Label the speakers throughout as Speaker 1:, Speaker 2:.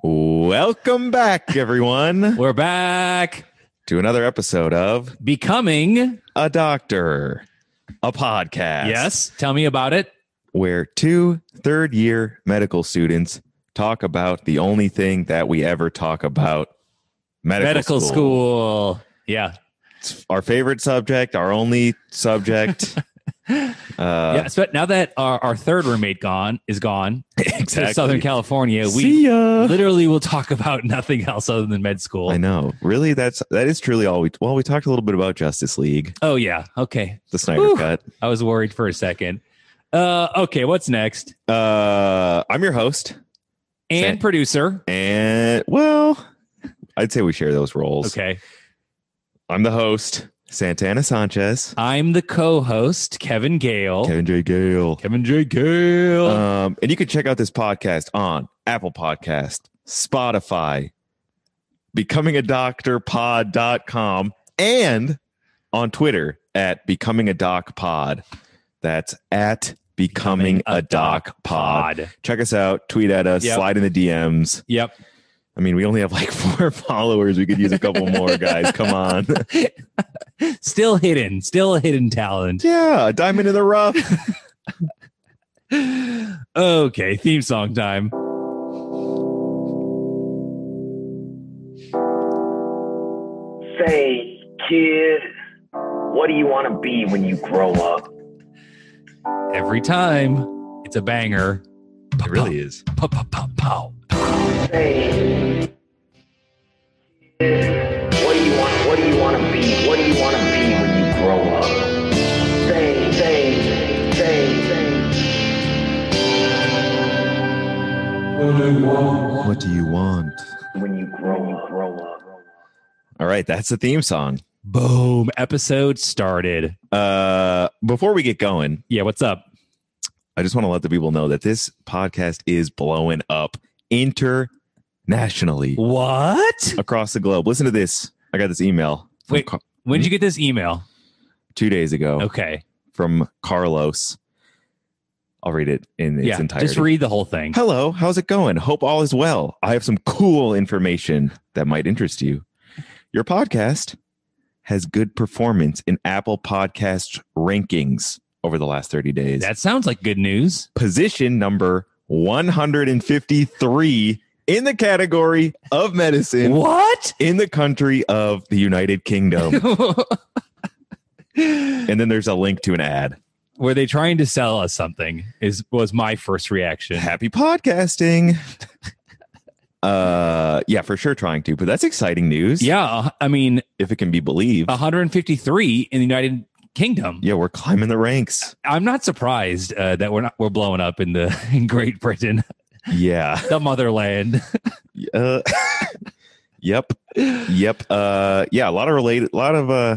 Speaker 1: Welcome back, everyone,
Speaker 2: We're back
Speaker 1: to another episode of
Speaker 2: becoming.
Speaker 1: A Doctor, a podcast.
Speaker 2: Yes. Tell me about it.
Speaker 1: Where two third year medical students talk about the only thing that we ever talk about medical,
Speaker 2: Medical, school. Yeah.
Speaker 1: It's our favorite subject, our only subject. uh,
Speaker 2: yeah. So now that our, our third roommate gone is gone to Southern California, we
Speaker 1: See ya.
Speaker 2: literally will talk about nothing else other than med
Speaker 1: I
Speaker 2: school.
Speaker 1: know. Really, that's that is truly all we. Well, we talked a little bit about Justice League,
Speaker 2: Oh yeah. Okay.
Speaker 1: the Snyder
Speaker 2: Whew.
Speaker 1: Cut.
Speaker 2: I was worried for a second. Uh, okay. What's next?
Speaker 1: Uh, I'm your host,
Speaker 2: And
Speaker 1: Say-
Speaker 2: producer.
Speaker 1: and well, I'd say we share those roles.
Speaker 2: Okay.
Speaker 1: I'm the host, Santana Sanchez,
Speaker 2: I'm the co-host, Kevin Gale.
Speaker 1: Kevin J. Gale.
Speaker 2: Kevin J. Gale.
Speaker 1: Um, and you can check out this podcast on Apple Podcast, Spotify, becomingadoctorpod.com, and on Twitter at becoming a doc pod. That's at becoming, a, doc, pod. Check us out, tweet at us,
Speaker 2: Yep.
Speaker 1: slide in the DMs.
Speaker 2: Yep.
Speaker 1: I mean, we only have like four followers. We could use a couple more, guys. Come on.
Speaker 2: Still hidden. Still a hidden talent.
Speaker 1: yeah, a diamond in the rough.
Speaker 2: okay, theme song time.
Speaker 3: Say, kid, what do you want to be when you grow up?
Speaker 2: Every time it's a banger.
Speaker 1: It really is.
Speaker 2: Pow, pow, pow, pow.
Speaker 3: Say, kid, what do you want? What do you want to be? What do you want to be when you grow up? Say, say, say, say.
Speaker 1: What do you want?
Speaker 3: When you grow, when you grow up.
Speaker 1: All right, that's the theme song.
Speaker 2: Boom. Episode started.
Speaker 1: Uh, before we get going,
Speaker 2: Yeah, what's up?
Speaker 1: I just want to let the people know that this podcast is blowing up internationally
Speaker 2: What?
Speaker 1: across the globe. Listen to this. I got this email from
Speaker 2: Wait.
Speaker 1: Ca-
Speaker 2: When did you get this email?
Speaker 1: two days ago
Speaker 2: Okay.
Speaker 1: from Carlos. I'll read it in its
Speaker 2: yeah.
Speaker 1: entirety.
Speaker 2: Just read the whole thing.
Speaker 1: Hello, how's it going? Hope all is well. I have some cool information that might interest you. Your podcast has good performance in Apple Podcast rankings over the last 30 days.
Speaker 2: That sounds like good news.
Speaker 1: position number 153 in the category of medicine
Speaker 2: What?
Speaker 1: in the country of the United Kingdom. and then there's a link to an ad.
Speaker 2: Were they trying to sell us something? Is was my first reaction.
Speaker 1: Happy podcasting. Uh yeah, for sure trying to, but that's exciting news.
Speaker 2: Yeah, uh, I mean,
Speaker 1: If it can be believed.
Speaker 2: 153 in the United Kingdom.
Speaker 1: Yeah, we're climbing the ranks.
Speaker 2: I'm not surprised uh, that we're not we're blowing up in the in Great Britain,
Speaker 1: Yeah.
Speaker 2: the motherland.
Speaker 1: Uh, yep. Yep. Uh yeah, a lot of related a lot of uh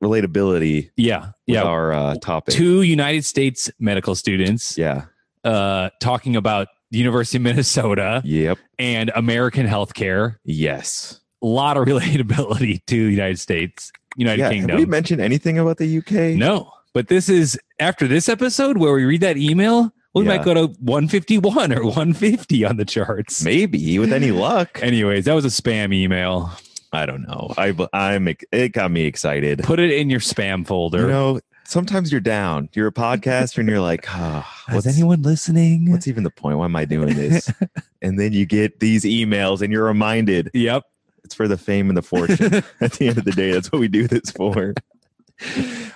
Speaker 1: relatability
Speaker 2: Yeah,
Speaker 1: with
Speaker 2: yeah.
Speaker 1: our uh topic.
Speaker 2: Two United States medical students
Speaker 1: yeah.
Speaker 2: uh, talking about the University of Minnesota
Speaker 1: Yep.
Speaker 2: and American healthcare.
Speaker 1: Yes.
Speaker 2: A lot of relatability to the United States, United Kingdom.
Speaker 1: Have we mentioned anything about the UK?
Speaker 2: no, but this is after this episode where we read that email. We
Speaker 1: Yeah.
Speaker 2: might go to 151 or 150 on the charts.
Speaker 1: Maybe with any luck.
Speaker 2: Anyways, that was a spam email.
Speaker 1: I don't know. I I'm it got me excited.
Speaker 2: Put it in your spam folder.
Speaker 1: You know, sometimes you're down. You're a podcaster and you're like, oh, what's,
Speaker 2: anyone listening?
Speaker 1: what's even the point? Why am I doing this? and then you get these emails and you're reminded
Speaker 2: Yep.
Speaker 1: it's for the fame and the fortune. At the end of the day, that's what we do this for.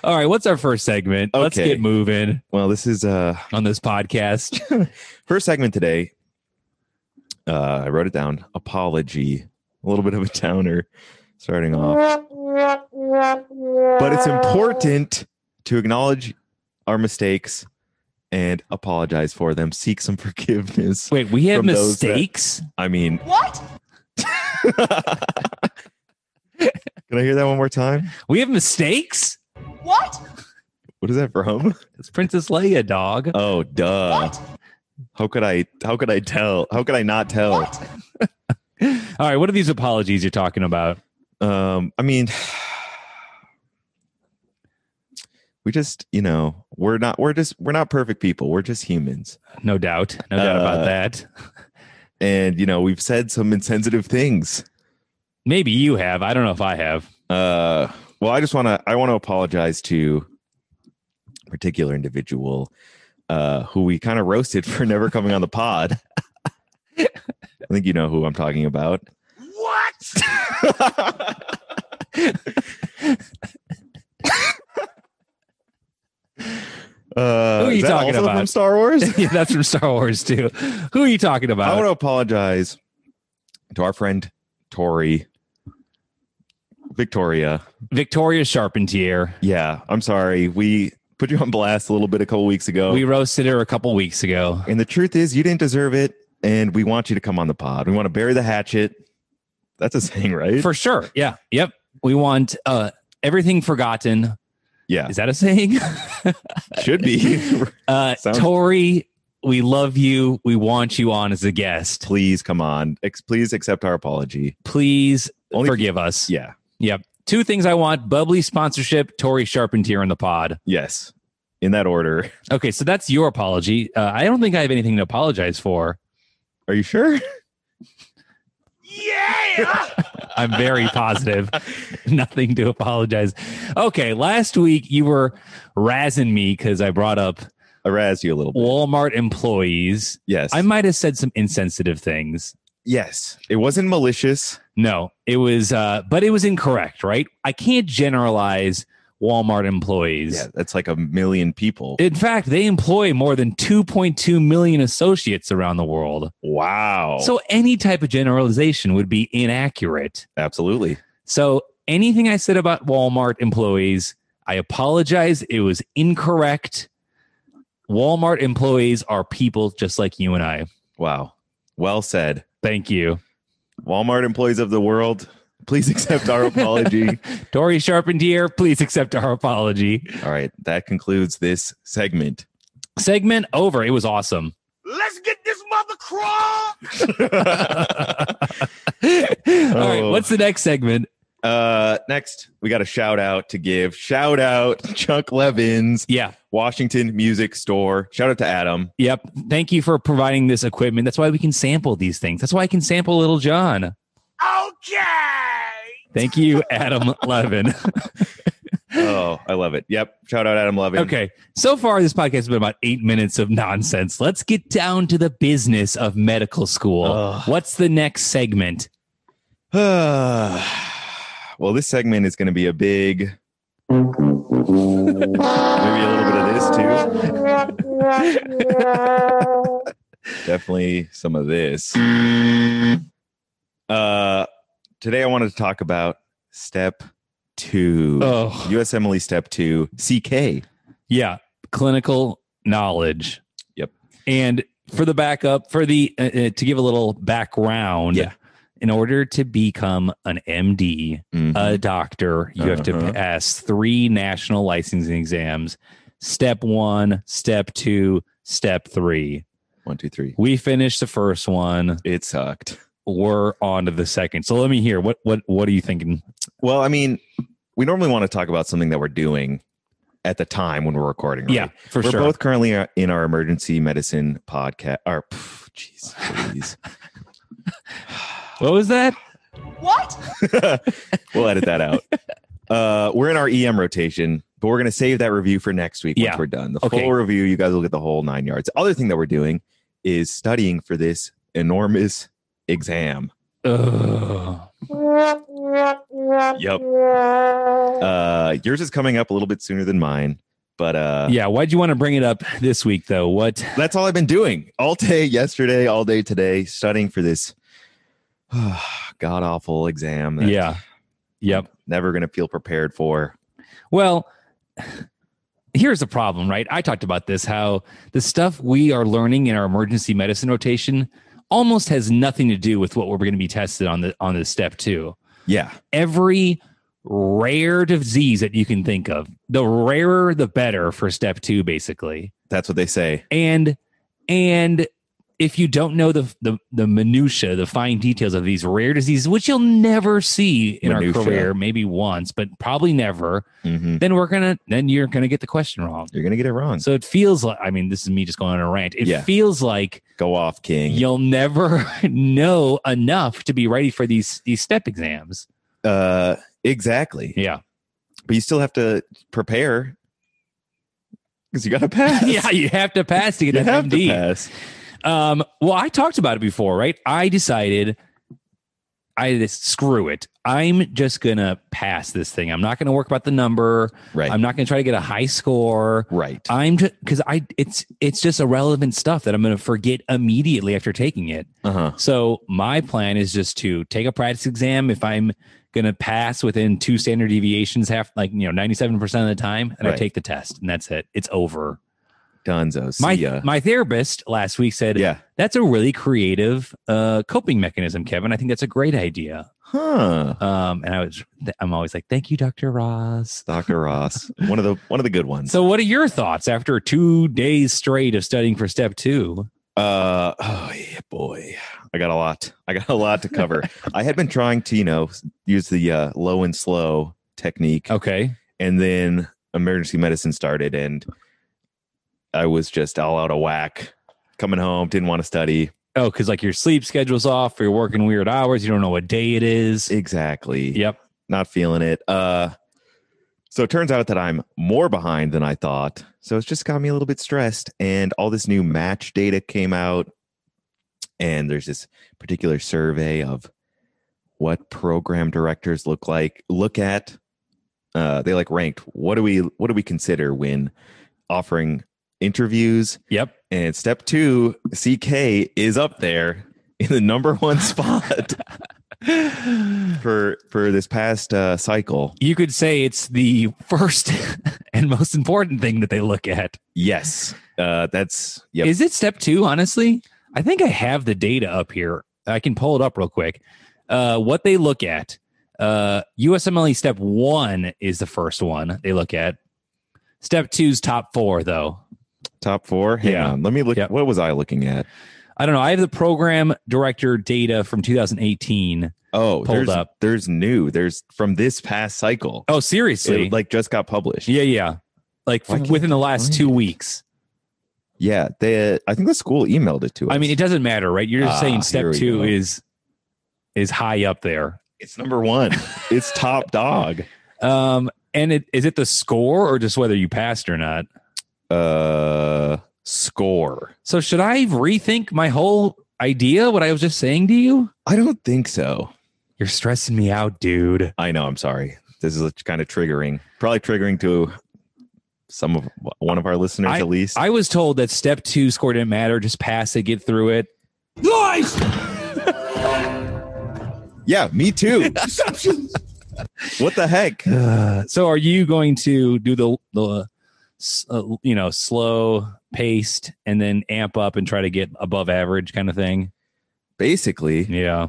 Speaker 2: All right. What's our first segment? Let's
Speaker 1: Okay.
Speaker 2: get moving
Speaker 1: Well, this is uh
Speaker 2: on this podcast.
Speaker 1: first segment today. Uh I wrote it down. Apology. A little bit of a downer starting off. but it's important to acknowledge our mistakes and apologize for them seek some forgiveness
Speaker 2: Wait, we had
Speaker 1: From those that-
Speaker 2: mistakes?
Speaker 1: i mean what can i hear that one more time
Speaker 2: We have mistakes?
Speaker 1: what is that from
Speaker 2: It's Princess Leia, dog.
Speaker 1: oh duh how could i how could i tell how could i not tell
Speaker 2: All right. What are these apologies you're talking about?
Speaker 1: um i mean we just you know we're not we're just we're not perfect people we're just humans
Speaker 2: No doubt. No doubt
Speaker 1: Uh,
Speaker 2: about that.
Speaker 1: And, you know, we've said some insensitive things.
Speaker 2: Maybe you have. I don't know if I have.
Speaker 1: Uh, well, I just want to, I want to apologize to a particular individual uh, who we kind of roasted for never coming on the pod. I think you know who I'm talking about. What? Uh,
Speaker 2: Who are you
Speaker 1: Uh, is that
Speaker 2: talking
Speaker 1: also From
Speaker 2: about?
Speaker 1: Star Wars.
Speaker 2: yeah, that's from Star Wars too. Who are you talking
Speaker 1: I
Speaker 2: about?
Speaker 1: want to apologize to our friend Tori, Victoria.
Speaker 2: Victoria Charpentier.
Speaker 1: Yeah, I'm sorry. We put you on blast a little bit a couple weeks ago,
Speaker 2: We roasted her a couple weeks ago.
Speaker 1: and the truth is, you didn't deserve it. And we want you to come on the pod. We want to bury the hatchet. That's a saying, right?
Speaker 2: For sure. Yeah. Yep. We want uh everything forgotten.
Speaker 1: yeah,
Speaker 2: Is that a saying?
Speaker 1: should be.
Speaker 2: Uh
Speaker 1: Sounds-
Speaker 2: Tori, we love you. We want you on as a guest.
Speaker 1: please come on. Ex- please accept our apology.
Speaker 2: Please
Speaker 1: Only-
Speaker 2: forgive us.
Speaker 1: Yeah.
Speaker 2: Two things I want bubbly sponsorship, Tori Charpentier in the pod.
Speaker 1: Yes. In that order.
Speaker 2: Okay, so that's your apology. Uh, I don't think I have anything to apologize for.
Speaker 1: Are you sure?
Speaker 2: I'm very positive. Nothing to apologize. Okay, last week you were razzing me because I brought up
Speaker 1: I razz you a little bit.
Speaker 2: Walmart employees.
Speaker 1: Yes.
Speaker 2: I might have said some insensitive things.
Speaker 1: Yes, it wasn't malicious.
Speaker 2: No, it was, uh, but it was incorrect, right? I can't generalize Walmart employees.
Speaker 1: Yeah, that's like a million people.
Speaker 2: In fact, they employ more than 2.2 million associates around the world.
Speaker 1: wow.
Speaker 2: So any type of generalization would be inaccurate.
Speaker 1: absolutely.
Speaker 2: So anything I said about Walmart employees, I apologize. It was incorrect. Walmart employees are people just like you and I.
Speaker 1: Wow. Well said.
Speaker 2: Thank you.
Speaker 1: Walmart employees of the world, please accept our apology.
Speaker 2: Tori Charpentier, please accept our apology.
Speaker 1: All right, that concludes this segment.
Speaker 2: Segment over. It was awesome.
Speaker 3: Let's get this mother crawl.
Speaker 2: All right,
Speaker 1: Oh.
Speaker 2: what's the next segment?
Speaker 1: Uh next, we got a shout out to give. Shout out Chuck Levins,
Speaker 2: Yeah,
Speaker 1: Washington Music Store. Shout out to Adam.
Speaker 2: yep. Thank you for providing this equipment. That's why we can sample these things. That's why I can sample Little John.
Speaker 3: Okay.
Speaker 2: Thank you, Adam Levin.
Speaker 1: Oh, I love it. Yep. Shout out Adam Levin.
Speaker 2: Okay. So far, this podcast has been about eight minutes of nonsense. Let's get down to the business of medical school.
Speaker 1: Ugh.
Speaker 2: What's the next segment?
Speaker 1: well, this segment is going to be a big. Maybe a little bit of this too. Definitely some of this. Uh, today I wanted to talk about step two,
Speaker 2: Oh,
Speaker 1: USMLE step two, CK.
Speaker 2: yeah. Clinical knowledge.
Speaker 1: Yep.
Speaker 2: And for the backup, for the, uh, uh, to give a little background.
Speaker 1: Yeah.
Speaker 2: In order to become an MD,
Speaker 1: Mhm.
Speaker 2: a doctor, you have
Speaker 1: Uh-huh.
Speaker 2: to pass three national licensing exams step one, step two, step three.
Speaker 1: One, two, three.
Speaker 2: We finished the first one.
Speaker 1: It sucked.
Speaker 2: We're on to the second. So let me hear what what what are you thinking?
Speaker 1: Well, I mean, we normally want to talk about something that we're doing at the time when we're recording. right?
Speaker 2: Yeah, for
Speaker 1: we're
Speaker 2: sure.
Speaker 1: both currently uh, in our emergency medicine podcast. Our jeez, please.
Speaker 2: what was that?
Speaker 1: we'll edit that out. Uh, we're in our EM rotation, but we're going to save that review for next week
Speaker 2: Yeah.
Speaker 1: once we're done. The
Speaker 2: Okay.
Speaker 1: full review, you guys will get the whole nine yards. The other thing that we're doing is studying for this enormous exam. Uh,
Speaker 2: Ugh.
Speaker 1: Yep. Uh, yours is coming up a little bit sooner than mine, but uh,
Speaker 2: yeah, why'd you want to bring it up this week though? What
Speaker 1: that's all I've been doing all day yesterday, all day today, studying for this god awful exam. that
Speaker 2: yeah. Yep.
Speaker 1: never going to feel prepared for.
Speaker 2: Well, here's the problem, right? I talked about this how the stuff we are learning in our emergency medicine rotation almost has nothing to do with what we're going to be tested on the on the step 2.
Speaker 1: Yeah.
Speaker 2: every rare disease that you can think of. The rarer, the better for step two, basically.
Speaker 1: That's what they say.
Speaker 2: And and if you don't know the the, the minutia, the fine details of these rare diseases, which you'll never see in
Speaker 1: Minutia.
Speaker 2: our career, maybe once, but probably never,
Speaker 1: Mhm.
Speaker 2: then we're gonna then you're gonna get the question wrong.
Speaker 1: You're gonna get it wrong.
Speaker 2: So it feels like I mean, this is me just going on a rant. It
Speaker 1: Yeah.
Speaker 2: feels like
Speaker 1: Go off, King.
Speaker 2: you'll never know enough to be ready for these these step exams.
Speaker 1: Uh, exactly.
Speaker 2: Yeah.
Speaker 1: But you still have to prepare because you got to pass.
Speaker 2: yeah, you have to pass to
Speaker 1: you
Speaker 2: get that
Speaker 1: have to
Speaker 2: MD.
Speaker 1: pass.
Speaker 2: Um, well, I talked about it before, right? I decided I just screw it. I'm just gonna pass this thing. I'm not gonna work about the number.
Speaker 1: Right.
Speaker 2: I'm not gonna try to get a high score.
Speaker 1: right.
Speaker 2: I'm just because I it's it's just irrelevant stuff that I'm gonna forget immediately after taking it.
Speaker 1: Uh huh.
Speaker 2: So my plan is just to take a practice exam if I'm gonna pass within two standard deviations, half like you know, ninety seven percent of the time, and I
Speaker 1: Right.
Speaker 2: take the test and that's it. It's over.
Speaker 1: Donzo. See
Speaker 2: My
Speaker 1: ya.
Speaker 2: my therapist last week said
Speaker 1: yeah.
Speaker 2: that's a really creative uh, coping mechanism, Kevin. I think that's a great idea.
Speaker 1: Huh.
Speaker 2: Um, and I was, I'm always like, thank you, Dr. Ross.
Speaker 1: Dr. Ross. One of the one of the good ones.
Speaker 2: So, what are your thoughts after two days straight of studying for step two?
Speaker 1: Uh oh yeah, boy. I got a lot. I got a lot to cover. I had been trying to, you know, use the uh, low and slow technique
Speaker 2: Okay,
Speaker 1: and then emergency medicine started and I was just all out of whack. Coming home, didn't want to study.
Speaker 2: oh, because like your sleep schedule's off, or you're working weird hours, you don't know what day it is.
Speaker 1: Exactly.
Speaker 2: yep.
Speaker 1: Not feeling it. Uh so it turns out that I'm more behind than I thought. So it's just got me a little bit stressed. And all this new match data came out. And there's this particular survey of what program directors look like, look at. Uh, they like ranked. What do we what do we consider when offering interviews?
Speaker 2: Yep.
Speaker 1: And step two, CK is up there in the number one spot for for this past uh, cycle.
Speaker 2: You could say it's the first and most important thing that they look at.
Speaker 1: Yes, uh, that's yep.
Speaker 2: Is it step two? Honestly, I think I have the data up here. I can pull it up real quick. Uh, what they look at, uh, USMLE step one is the first one they look at. Step two's top four, though.
Speaker 1: top four. Hang
Speaker 2: Yeah.
Speaker 1: on, let me look.
Speaker 2: Yep.
Speaker 1: What was I looking at?
Speaker 2: I don't know. I have the program director data from 2018.
Speaker 1: Oh,
Speaker 2: Pulled
Speaker 1: there's
Speaker 2: up.
Speaker 1: there's new. There's from this past cycle.
Speaker 2: Oh, seriously?
Speaker 1: It, like just got published.
Speaker 2: yeah, yeah. Like
Speaker 1: Why
Speaker 2: from
Speaker 1: can't
Speaker 2: within the last
Speaker 1: find
Speaker 2: two weeks.
Speaker 1: yeah. They, I think the school emailed it to us.
Speaker 2: I mean, it doesn't matter, right? You're just
Speaker 1: Ah,
Speaker 2: saying
Speaker 1: here
Speaker 2: step
Speaker 1: we
Speaker 2: two
Speaker 1: go.
Speaker 2: is is high up there.
Speaker 1: it's number one. it's top dog.
Speaker 2: Um, and it, is it the score or just whether you passed or not?
Speaker 1: Uh, score.
Speaker 2: So should I rethink my whole idea? What I was just saying to you?
Speaker 1: I don't think so.
Speaker 2: You're stressing me out, dude.
Speaker 1: I know. I'm sorry. This is kind of triggering. Probably triggering to some of one of our listeners at least.
Speaker 2: I was told that step two score didn't matter. Just pass it, get through it.
Speaker 4: Lies!
Speaker 1: yeah, me too. what the heck?
Speaker 2: Uh, so are you going to do the the s- uh, you know slow paced and then amp up and try to get above average kind of thing?
Speaker 1: Basically,
Speaker 2: Yeah.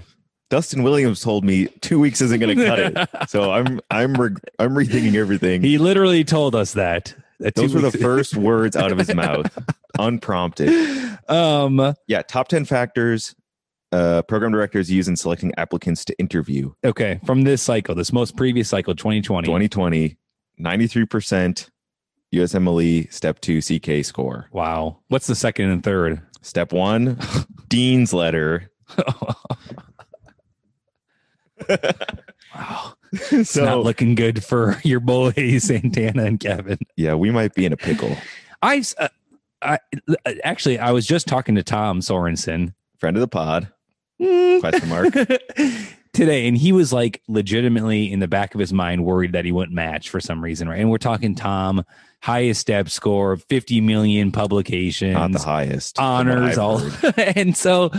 Speaker 1: Dustin Williams told me two weeks isn't going to cut it. So I'm I'm reg I'm rethinking everything.
Speaker 2: He literally told us that. that two
Speaker 1: Those were the
Speaker 2: weeks-
Speaker 1: first words out of his mouth, unprompted.
Speaker 2: Um.
Speaker 1: Yeah, top ten factors uh, program directors use in selecting applicants to interview.
Speaker 2: Okay. From this cycle, this most previous cycle, 2020.
Speaker 1: 2020, 93 percent USMLE E step two CK score.
Speaker 2: Wow. What's the second and third?
Speaker 1: Step one, Dean's letter.
Speaker 2: Wow. It's
Speaker 1: so
Speaker 2: not looking good for your boys, Santana and Kevin.
Speaker 1: yeah, we might be in a pickle.
Speaker 2: I, s- uh, I uh, actually, I was just talking to Tom Sorensen
Speaker 1: Friend of the pod? Question mark.
Speaker 2: today, and he was like legitimately in the back of his mind worried that he wouldn't match for some reason, right? And we're talking Tom, highest step score, 50 million
Speaker 1: Not the
Speaker 2: publications,
Speaker 1: highest. from what
Speaker 2: honors,
Speaker 1: I've
Speaker 2: all.
Speaker 1: heard.
Speaker 2: and so,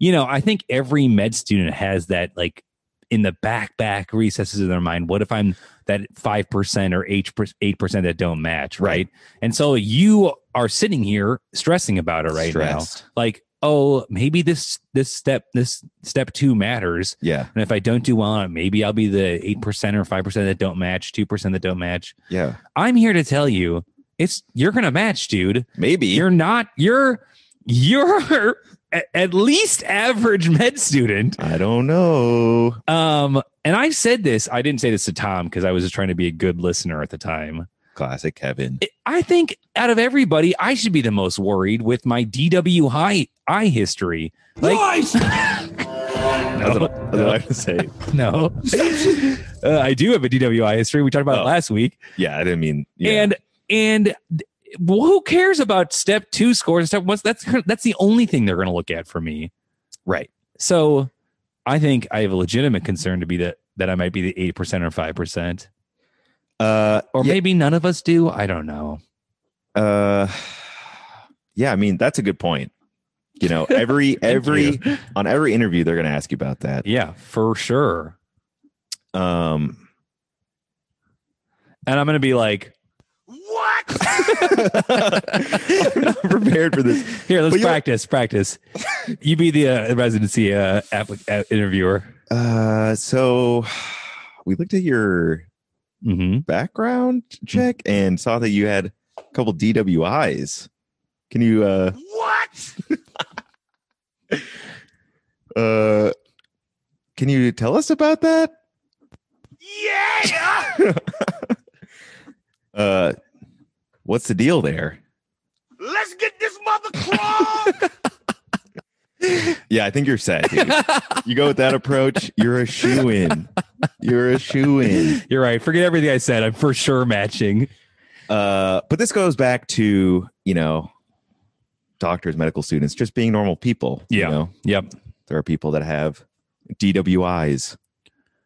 Speaker 2: you know, I think every med student has that like in the back, back recesses of their mind. What if I'm that 5% or 8%, 8% that don't match, right?
Speaker 1: Right.
Speaker 2: And so you are sitting here stressing about it right
Speaker 1: Stressed.
Speaker 2: now. Like, oh, maybe this this step this step 2 matters.
Speaker 1: Yeah,
Speaker 2: And if I don't do well on it, maybe I'll be the 8% or 5% that don't match, 2% that don't match.
Speaker 1: yeah.
Speaker 2: I'm here to tell you, it's you're going to match, dude.
Speaker 1: Maybe.
Speaker 2: You're not you're you're a- at least average med student.
Speaker 1: I don't know.
Speaker 2: Um, and I said this, I didn't say this to Tom because I was just trying to be a good listener at the time.
Speaker 1: Classic Kevin.
Speaker 2: It- I think out of everybody, I should be the most worried with my DW high eye history. Like,
Speaker 1: That's what I- that's what I was saying.
Speaker 2: no, Uh, I do have a DWI history. We talked about it
Speaker 1: Oh.
Speaker 2: last week.
Speaker 1: Yeah, I didn't mean. Yeah.
Speaker 2: and and well, who cares about step two scores and step one? That's that's the only thing they're going to look at for me,
Speaker 1: Right.
Speaker 2: So, I think I have a legitimate concern to be that that I might be the eight percent or five percent,
Speaker 1: uh,
Speaker 2: or
Speaker 1: yeah,
Speaker 2: maybe none of us do. I don't know.
Speaker 1: uh, yeah, I mean that's a good point. You know, every every
Speaker 2: you.
Speaker 1: on every interview they're going to ask you about that.
Speaker 2: Yeah, for sure.
Speaker 1: Um,
Speaker 2: And I'm going to be like,
Speaker 1: I'm not prepared for this.
Speaker 2: here, let's
Speaker 1: But you-
Speaker 2: practice, practice. You be the uh, residency uh, applic- uh, interviewer.
Speaker 1: Uh, so we looked at your
Speaker 2: hmm
Speaker 1: background check and saw that you had a couple DWIs. Can you uh what? uh can you tell us about that? Yeah. uh what's the deal there?
Speaker 4: Let's get this mother crawled.
Speaker 1: Yeah, I think you're set. dude. you go with that approach, you're a shoe in. You're a shoe in.
Speaker 2: You're right. Forget everything I said. I'm for sure matching.
Speaker 1: Uh, but this goes back to you know doctors medical students just being normal people you
Speaker 2: Yeah.
Speaker 1: know?
Speaker 2: Yep.
Speaker 1: there are people that have dwis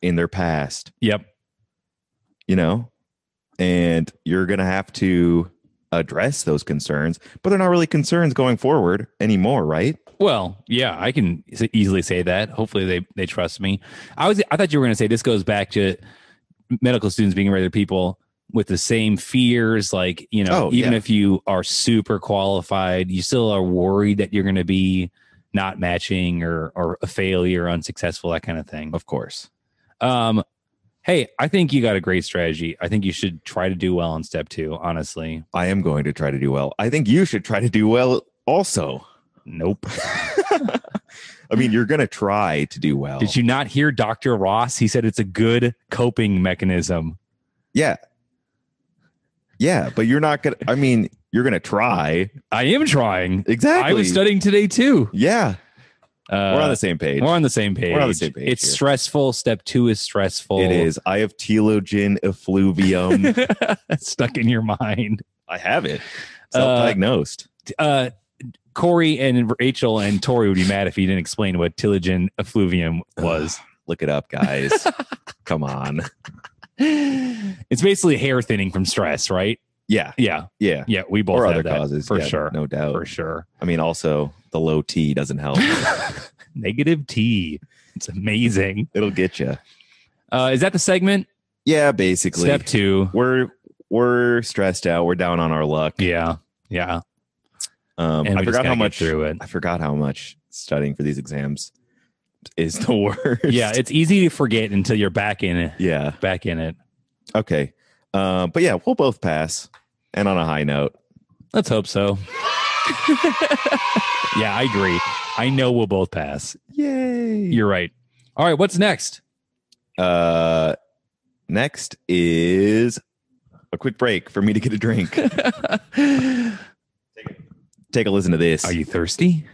Speaker 1: in their past
Speaker 2: Yep.
Speaker 1: you know and you're gonna have to address those concerns but they're not really concerns going forward anymore right
Speaker 2: Well, yeah, I can s- easily say that. Hopefully, they they trust me. I was I thought you were going to say this goes back to medical students being regular people with the same fears. Like you know,
Speaker 1: Oh,
Speaker 2: even
Speaker 1: yeah.
Speaker 2: if you are super qualified, you still are worried that you're going to be not matching or or a failure, unsuccessful, that kind of thing.
Speaker 1: of course
Speaker 2: Um, hey, I think you got a great strategy. I think you should try to do well on step two. Honestly,
Speaker 1: i am going to try to do well i think you should try to do well also
Speaker 2: nope.
Speaker 1: i mean you're gonna try to do well
Speaker 2: Did you not hear Dr. Ross? He said it's a good coping mechanism.
Speaker 1: yeah yeah but you're not gonna i mean you're gonna try
Speaker 2: I am trying.
Speaker 1: Exactly.
Speaker 2: I was studying today too.
Speaker 1: Yeah,
Speaker 2: Uh,
Speaker 1: we're on the same page.
Speaker 2: we're on the same page.
Speaker 1: We're on the same page
Speaker 2: It's
Speaker 1: here.
Speaker 2: stressful. Step two is stressful.
Speaker 1: It is. I have telogen effluvium.
Speaker 2: stuck in your mind.
Speaker 1: I have it. Self-diagnosed.
Speaker 2: Uh, Corey and Rachel and Tori would be mad if you didn't explain what telogen effluvium was.
Speaker 1: Look it up, guys. Come on.
Speaker 2: it's basically hair thinning from stress, right?
Speaker 1: Yeah,
Speaker 2: Yeah,
Speaker 1: yeah.
Speaker 2: yeah. We both
Speaker 1: Or
Speaker 2: have
Speaker 1: other
Speaker 2: that,
Speaker 1: causes
Speaker 2: for
Speaker 1: yeah,
Speaker 2: sure,
Speaker 1: no doubt.
Speaker 2: for sure.
Speaker 1: I mean, also the low T doesn't help.
Speaker 2: Negative T. It's amazing.
Speaker 1: It'll get you.
Speaker 2: Uh, is that the segment?
Speaker 1: Yeah, basically.
Speaker 2: Step two.
Speaker 1: We're we're stressed out. We're down on our luck.
Speaker 2: Yeah, yeah.
Speaker 1: Um,
Speaker 2: And
Speaker 1: I
Speaker 2: we just
Speaker 1: forgot
Speaker 2: gotta
Speaker 1: how
Speaker 2: get
Speaker 1: much.
Speaker 2: through it.
Speaker 1: I forgot how much studying for these exams is the worst.
Speaker 2: Yeah, it's easy to forget until you're back in it.
Speaker 1: yeah.
Speaker 2: Back in it.
Speaker 1: Okay. Uh, but yeah, we'll both pass. And on a high note.
Speaker 2: Let's hope so. yeah, I agree. I know we'll both pass.
Speaker 1: Yay.
Speaker 2: You're right. All right, what's next?
Speaker 1: Uh, next is a quick break for me to get a drink.
Speaker 2: Are
Speaker 1: Take a listen to this.
Speaker 2: you thirsty?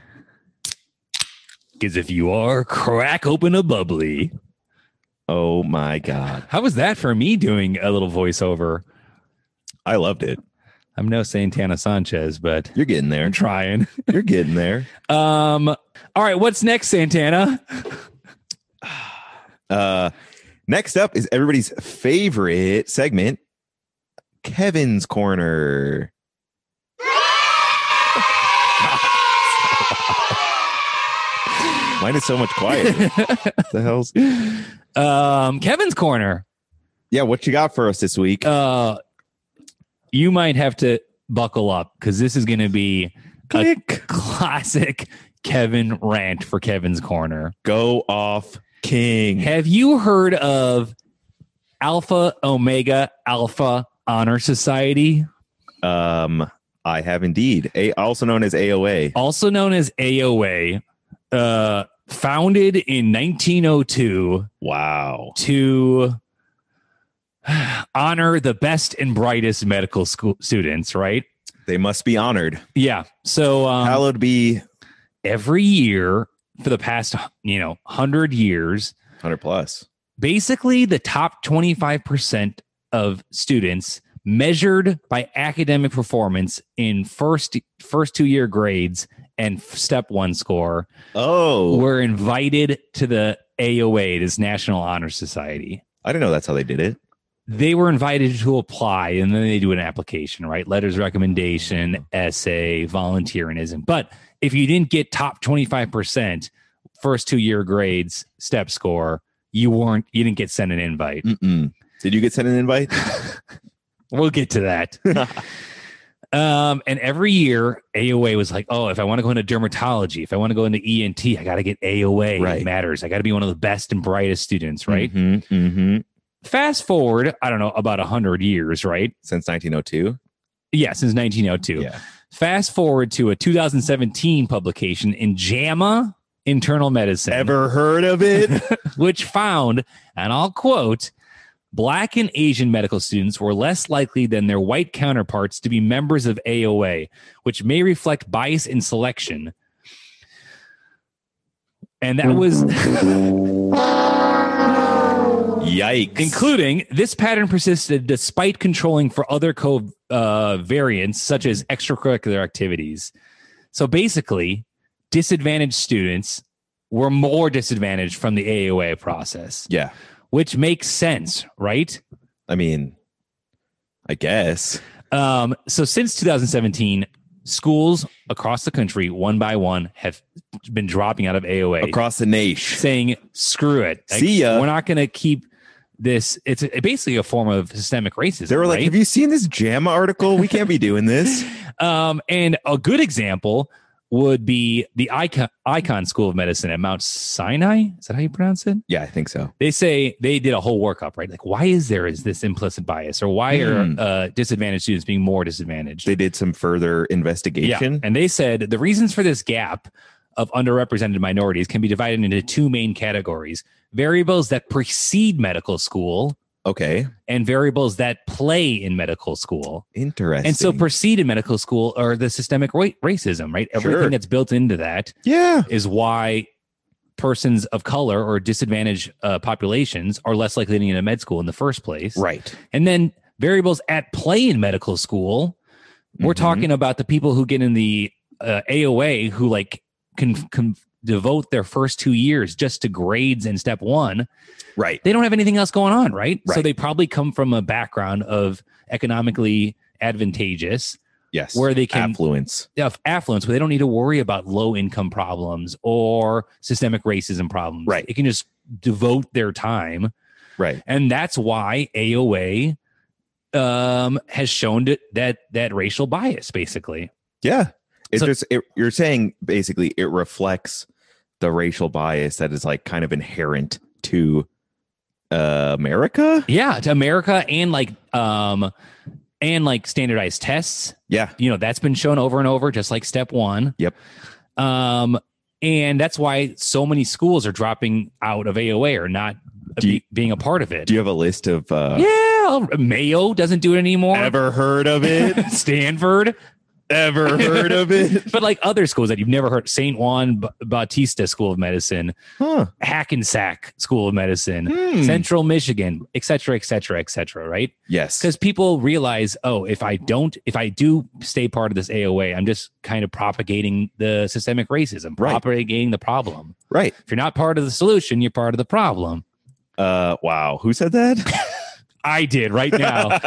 Speaker 2: Because if you are, crack open a bubbly.
Speaker 1: oh my god,
Speaker 2: How was that for me doing a little voiceover?
Speaker 1: I loved it.
Speaker 2: I'm no Santana Sanchez, but
Speaker 1: You're getting
Speaker 2: I'm
Speaker 1: there.
Speaker 2: trying.
Speaker 1: You're getting there.
Speaker 2: Um, all right, what's next, Santana?
Speaker 1: Uh, next up is everybody's favorite segment, Kevin's Corner. Mine is so much quieter. the hell's
Speaker 2: um, Kevin's corner.
Speaker 1: yeah? What you got for us this week?
Speaker 2: Uh, you might have to buckle up because this is going to be a classic Kevin rant for Kevin's corner.
Speaker 1: Go off, King.
Speaker 2: Have you heard of Alpha Omega Alpha Honor Society?
Speaker 1: Um, I have indeed. A, also known as AOA.
Speaker 2: also known as AOA, uh, founded in 1902
Speaker 1: Wow.
Speaker 2: to honor the best and brightest medical school students, right?
Speaker 1: They must be honored.
Speaker 2: Yeah. So um,
Speaker 1: Hallowed be
Speaker 2: every year for the past, you know, 100 years,
Speaker 1: 100 plus.
Speaker 2: basically the top 25% of students measured by academic performance in first first two year grades and f- step 1 score
Speaker 1: Oh,
Speaker 2: were invited to the AOA, this National Honor Society.
Speaker 1: I didn't know that's how they did it.
Speaker 2: They were invited to apply and then they do an application, right? Letters,
Speaker 1: Mm-hmm.
Speaker 2: recommendation, essay, volunteerism. But if you didn't get top 25% first two year grades, step score, you weren't, you didn't get sent an invite.
Speaker 1: Mm-mm. Did you get sent an invite?
Speaker 2: We'll get to that. um, and every year, AOA was like, oh, if I want to go into dermatology, if I want to go into ENT, I got to get AOA.
Speaker 1: Right.
Speaker 2: It matters. I got to be one of the best and brightest students, right?
Speaker 1: Mhm, mhm.
Speaker 2: Fast forward, I don't know, about 100 years, right?
Speaker 1: Since 1902.
Speaker 2: Yeah, since 1902.
Speaker 1: Yeah.
Speaker 2: Fast forward to a 2017 publication in JAMA Internal Medicine.
Speaker 1: Ever heard of it?
Speaker 2: which found, and I'll quote, Black and Asian medical students were less likely than their white counterparts to be members of AOA, which may reflect bias in selection. And that was
Speaker 1: Yikes.
Speaker 2: including this pattern persisted despite controlling for other co uh, variants such as
Speaker 1: Mm-hmm.
Speaker 2: extracurricular activities. So basically, disadvantaged students were more disadvantaged from the AOA process.
Speaker 1: yeah.
Speaker 2: which makes sense, right?
Speaker 1: I mean, I guess.
Speaker 2: Um, so since 2017, schools across the country, one by one, have been dropping out of AOA,
Speaker 1: Across the nation.
Speaker 2: saying, "Screw it, Like,
Speaker 1: See ya.
Speaker 2: We're not going to keep this." It's a- basically a form of systemic racism.
Speaker 1: They were like,
Speaker 2: right?
Speaker 1: have you seen this JAMA article? We can't be doing this.
Speaker 2: Um, and a good example would be the Icon, Icon School of Medicine at Mount Sinai. Is that how you pronounce it?
Speaker 1: Yeah, I think so.
Speaker 2: they say they did a whole workup, right? Like, why is there is this implicit bias, or why
Speaker 1: Hmm.
Speaker 2: are uh, disadvantaged students being more disadvantaged?
Speaker 1: They did some further investigation.
Speaker 2: and they said the reasons for this gap of underrepresented minorities can be divided into two main categories: variables that precede medical school
Speaker 1: okay.
Speaker 2: and variables that play in medical school.
Speaker 1: Interesting.
Speaker 2: And so, precede in medical school are the systemic ra- racism, right? Everything
Speaker 1: Sure.
Speaker 2: that's built into that
Speaker 1: yeah.
Speaker 2: is why persons of color or disadvantaged uh, populations are less likely to get into med school in the first place.
Speaker 1: Right.
Speaker 2: And then variables at play in medical school. We're
Speaker 1: Mhm.
Speaker 2: talking about the people who get in the uh, AOA who like can, can devote their first two years just to grades and step one.
Speaker 1: Right.
Speaker 2: They don't have anything else going on, right? So
Speaker 1: Right.
Speaker 2: they probably come from a background of economically advantageous
Speaker 1: Yes.
Speaker 2: where they can
Speaker 1: affluence.
Speaker 2: of affluence where they don't need to worry about low income problems or systemic racism problems.
Speaker 1: Right.
Speaker 2: It can just devote their time.
Speaker 1: Right.
Speaker 2: And that's why AOA um, has shown that, that that racial bias, basically.
Speaker 1: Yeah. It's
Speaker 2: So-
Speaker 1: just it, you're saying basically it reflects the racial bias that is like kind of inherent to uh, America.
Speaker 2: Yeah. To America and like, um, and like standardized tests,
Speaker 1: Yeah.
Speaker 2: you know, that's been shown over and over, just like step one.
Speaker 1: Yep.
Speaker 2: Um, and that's why so many schools are dropping out of AOA or not
Speaker 1: Do you-
Speaker 2: be- being a part of it.
Speaker 1: Do you have a list of uh,
Speaker 2: Yeah, um, Mayo doesn't do it anymore.
Speaker 1: ever heard of it?
Speaker 2: Stanford,
Speaker 1: ever heard of it?
Speaker 2: but like other schools that you've never heard, Saint Juan B- Bautista School of Medicine,
Speaker 1: Huh.
Speaker 2: Hackensack School of Medicine,
Speaker 1: Hmm.
Speaker 2: Central Michigan, et cetera, et cetera, et cetera. Right?
Speaker 1: Yes.
Speaker 2: Because people realize, oh, if I don't, if I do stay part of this AOA, I'm just kind of propagating the systemic racism,
Speaker 1: Right.
Speaker 2: propagating the problem.
Speaker 1: Right.
Speaker 2: If you're not part of the solution, you're part of the problem.
Speaker 1: Uh, wow. Who said that?
Speaker 2: I did right now.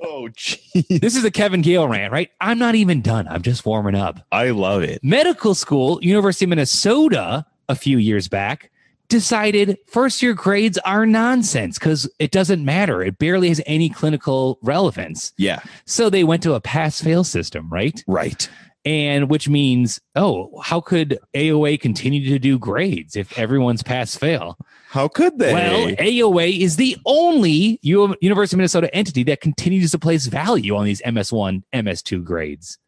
Speaker 1: oh, gee.
Speaker 2: this is a Kevin Gale rant, right? I'm not even done. I'm just warming up.
Speaker 1: I love it.
Speaker 2: medical school, University of Minnesota, a few years back, decided first year grades are nonsense because it doesn't matter. It barely has any clinical relevance.
Speaker 1: Yeah.
Speaker 2: So they went to a pass fail system, right?
Speaker 1: Right.
Speaker 2: and which means, oh, how could AOA continue to do grades if everyone's pass fail?
Speaker 1: How could they?
Speaker 2: Well, AOA is the only U- University of Minnesota entity that continues to place value on these MS1, MS2 grades.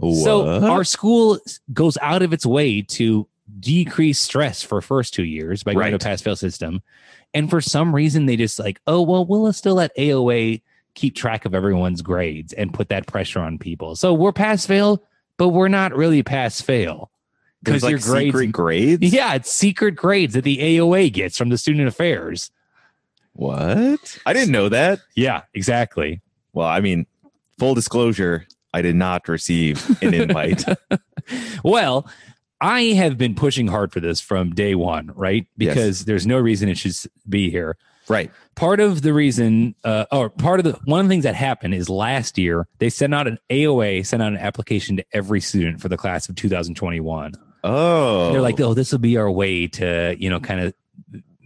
Speaker 2: So
Speaker 1: What?
Speaker 2: our school goes out of its way to decrease stress for first two years by going to
Speaker 1: Right.
Speaker 2: a pass fail system. And for some reason, they just like, oh, well, we'll still let AOA keep track of everyone's grades and put that pressure on people. So we're pass fail, but we're not really pass fail
Speaker 1: There's,
Speaker 2: because
Speaker 1: like
Speaker 2: your grades
Speaker 1: secret grades.
Speaker 2: yeah, it's secret grades that the AOA gets from the student affairs.
Speaker 1: What? I didn't know that.
Speaker 2: Yeah, exactly.
Speaker 1: Well, I mean, full disclosure, I did not receive an invite.
Speaker 2: Well, I have been pushing hard for this from day one, right?
Speaker 1: Yes.
Speaker 2: Because there's no reason it should be here.
Speaker 1: right.
Speaker 2: Part of the reason, uh, or part of the one of the things that happened is last year they sent out an AOA, sent out an application to every student for the class of 2021.
Speaker 1: Oh.
Speaker 2: They're like, oh, this will be our way to, you know, kind of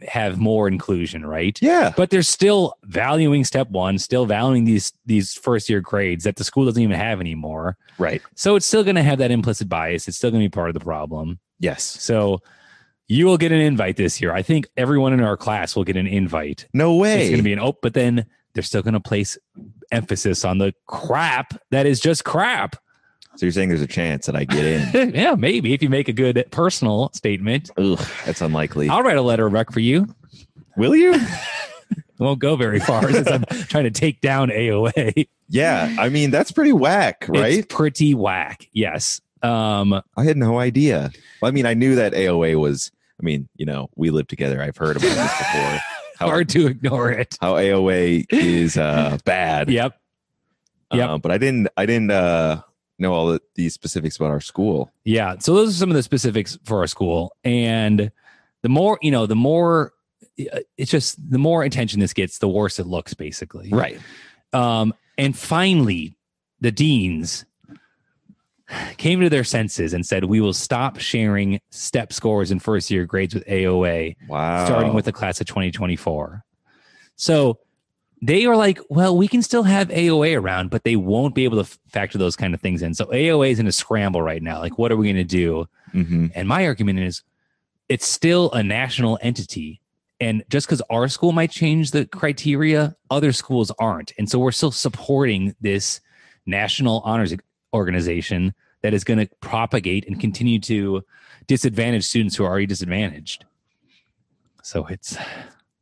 Speaker 2: have more inclusion, right?
Speaker 1: yeah.
Speaker 2: but they're still valuing step one, still valuing these these first year grades that the school doesn't even have anymore.
Speaker 1: Right.
Speaker 2: So it's still going to have that implicit bias. It's still going to be part of the problem.
Speaker 1: Yes.
Speaker 2: So you will get an invite this year. I think everyone in our class will get an invite.
Speaker 1: No way.
Speaker 2: It's going to be an oh, but then they're still going to place emphasis on the crap that is just crap.
Speaker 1: so you're saying there's a chance that I get in?
Speaker 2: yeah, maybe if you make a good personal statement.
Speaker 1: Ugh, that's unlikely.
Speaker 2: I'll write a letter of rec for you.
Speaker 1: Will you?
Speaker 2: It won't go very far since I'm trying to take down AOA.
Speaker 1: Yeah. I mean, that's pretty whack, right?
Speaker 2: It's pretty whack. Yes. Um,
Speaker 1: I had no idea. Well, I mean, I knew that AOA was. I mean, you know, we live together. I've heard about this before. How,
Speaker 2: hard to ignore it.
Speaker 1: how AOA is uh, bad.
Speaker 2: Yep. yep.
Speaker 1: Uh, but I didn't. I didn't uh, know all the, the specifics about our school.
Speaker 2: Yeah. So those are some of the specifics for our school. And the more, you know, the more uh, it's just the more attention this gets, the worse it looks basically.
Speaker 1: Right.
Speaker 2: Um, and finally, the deans came to their senses and said, we will stop sharing step scores and first year grades with AOA.
Speaker 1: Wow.
Speaker 2: starting with the class of 2024. So they are like, well, we can still have AOA around, but they won't be able to f- factor those kind of things in. So AOA is in a scramble right now. Like, what are we going to do?
Speaker 1: Mhm.
Speaker 2: And my argument is it's still a national entity. And just because our school might change the criteria, other schools aren't. And so we're still supporting this national honors organization that is going to propagate and continue to disadvantage students who are already disadvantaged. So it's,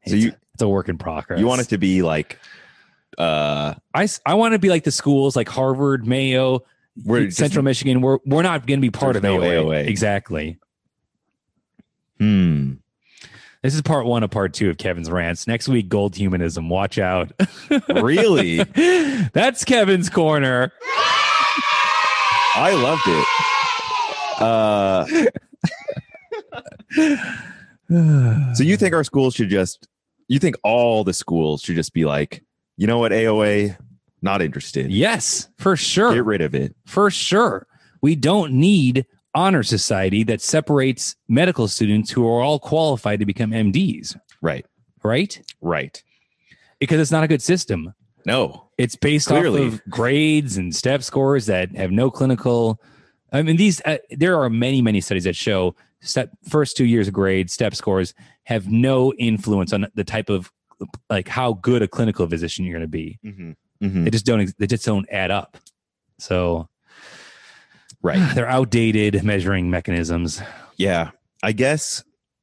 Speaker 2: it's,
Speaker 1: So you-
Speaker 2: it's a work in progress.
Speaker 1: You want it to be like, uh,
Speaker 2: I, s- I want to be like the schools like Harvard, Mayo,
Speaker 1: we're just-
Speaker 2: Central Michigan. We're, we're not going to be part
Speaker 1: There's no
Speaker 2: of AOA.
Speaker 1: AOA.
Speaker 2: Exactly.
Speaker 1: Hmm.
Speaker 2: This is part one of part two of Kevin's rants. Next week, gold humanism. Watch out.
Speaker 1: Really,
Speaker 2: That's Kevin's corner.
Speaker 1: I loved it. Uh, so you think our schools should just? You think all the schools should just be like, you know what, AOA, not interested.
Speaker 2: yes, for
Speaker 1: Get
Speaker 2: sure.
Speaker 1: rid of it.
Speaker 2: For sure. We don't need honor society that separates medical students who are all qualified to become MDs,
Speaker 1: Right.
Speaker 2: right?
Speaker 1: Right.
Speaker 2: Because it's not a good system.
Speaker 1: No.
Speaker 2: It's based
Speaker 1: Clearly.
Speaker 2: off of grades and step scores that have no clinical. I mean, these uh, there are many many studies that show step first two years of grades, step scores have no influence on the type of like how good a clinical physician you're going to be.
Speaker 1: Mm-hmm. Mm-hmm.
Speaker 2: They just don't. ex- They just don't add up. So
Speaker 1: Right.
Speaker 2: they're outdated measuring mechanisms.
Speaker 1: Yeah. I guess.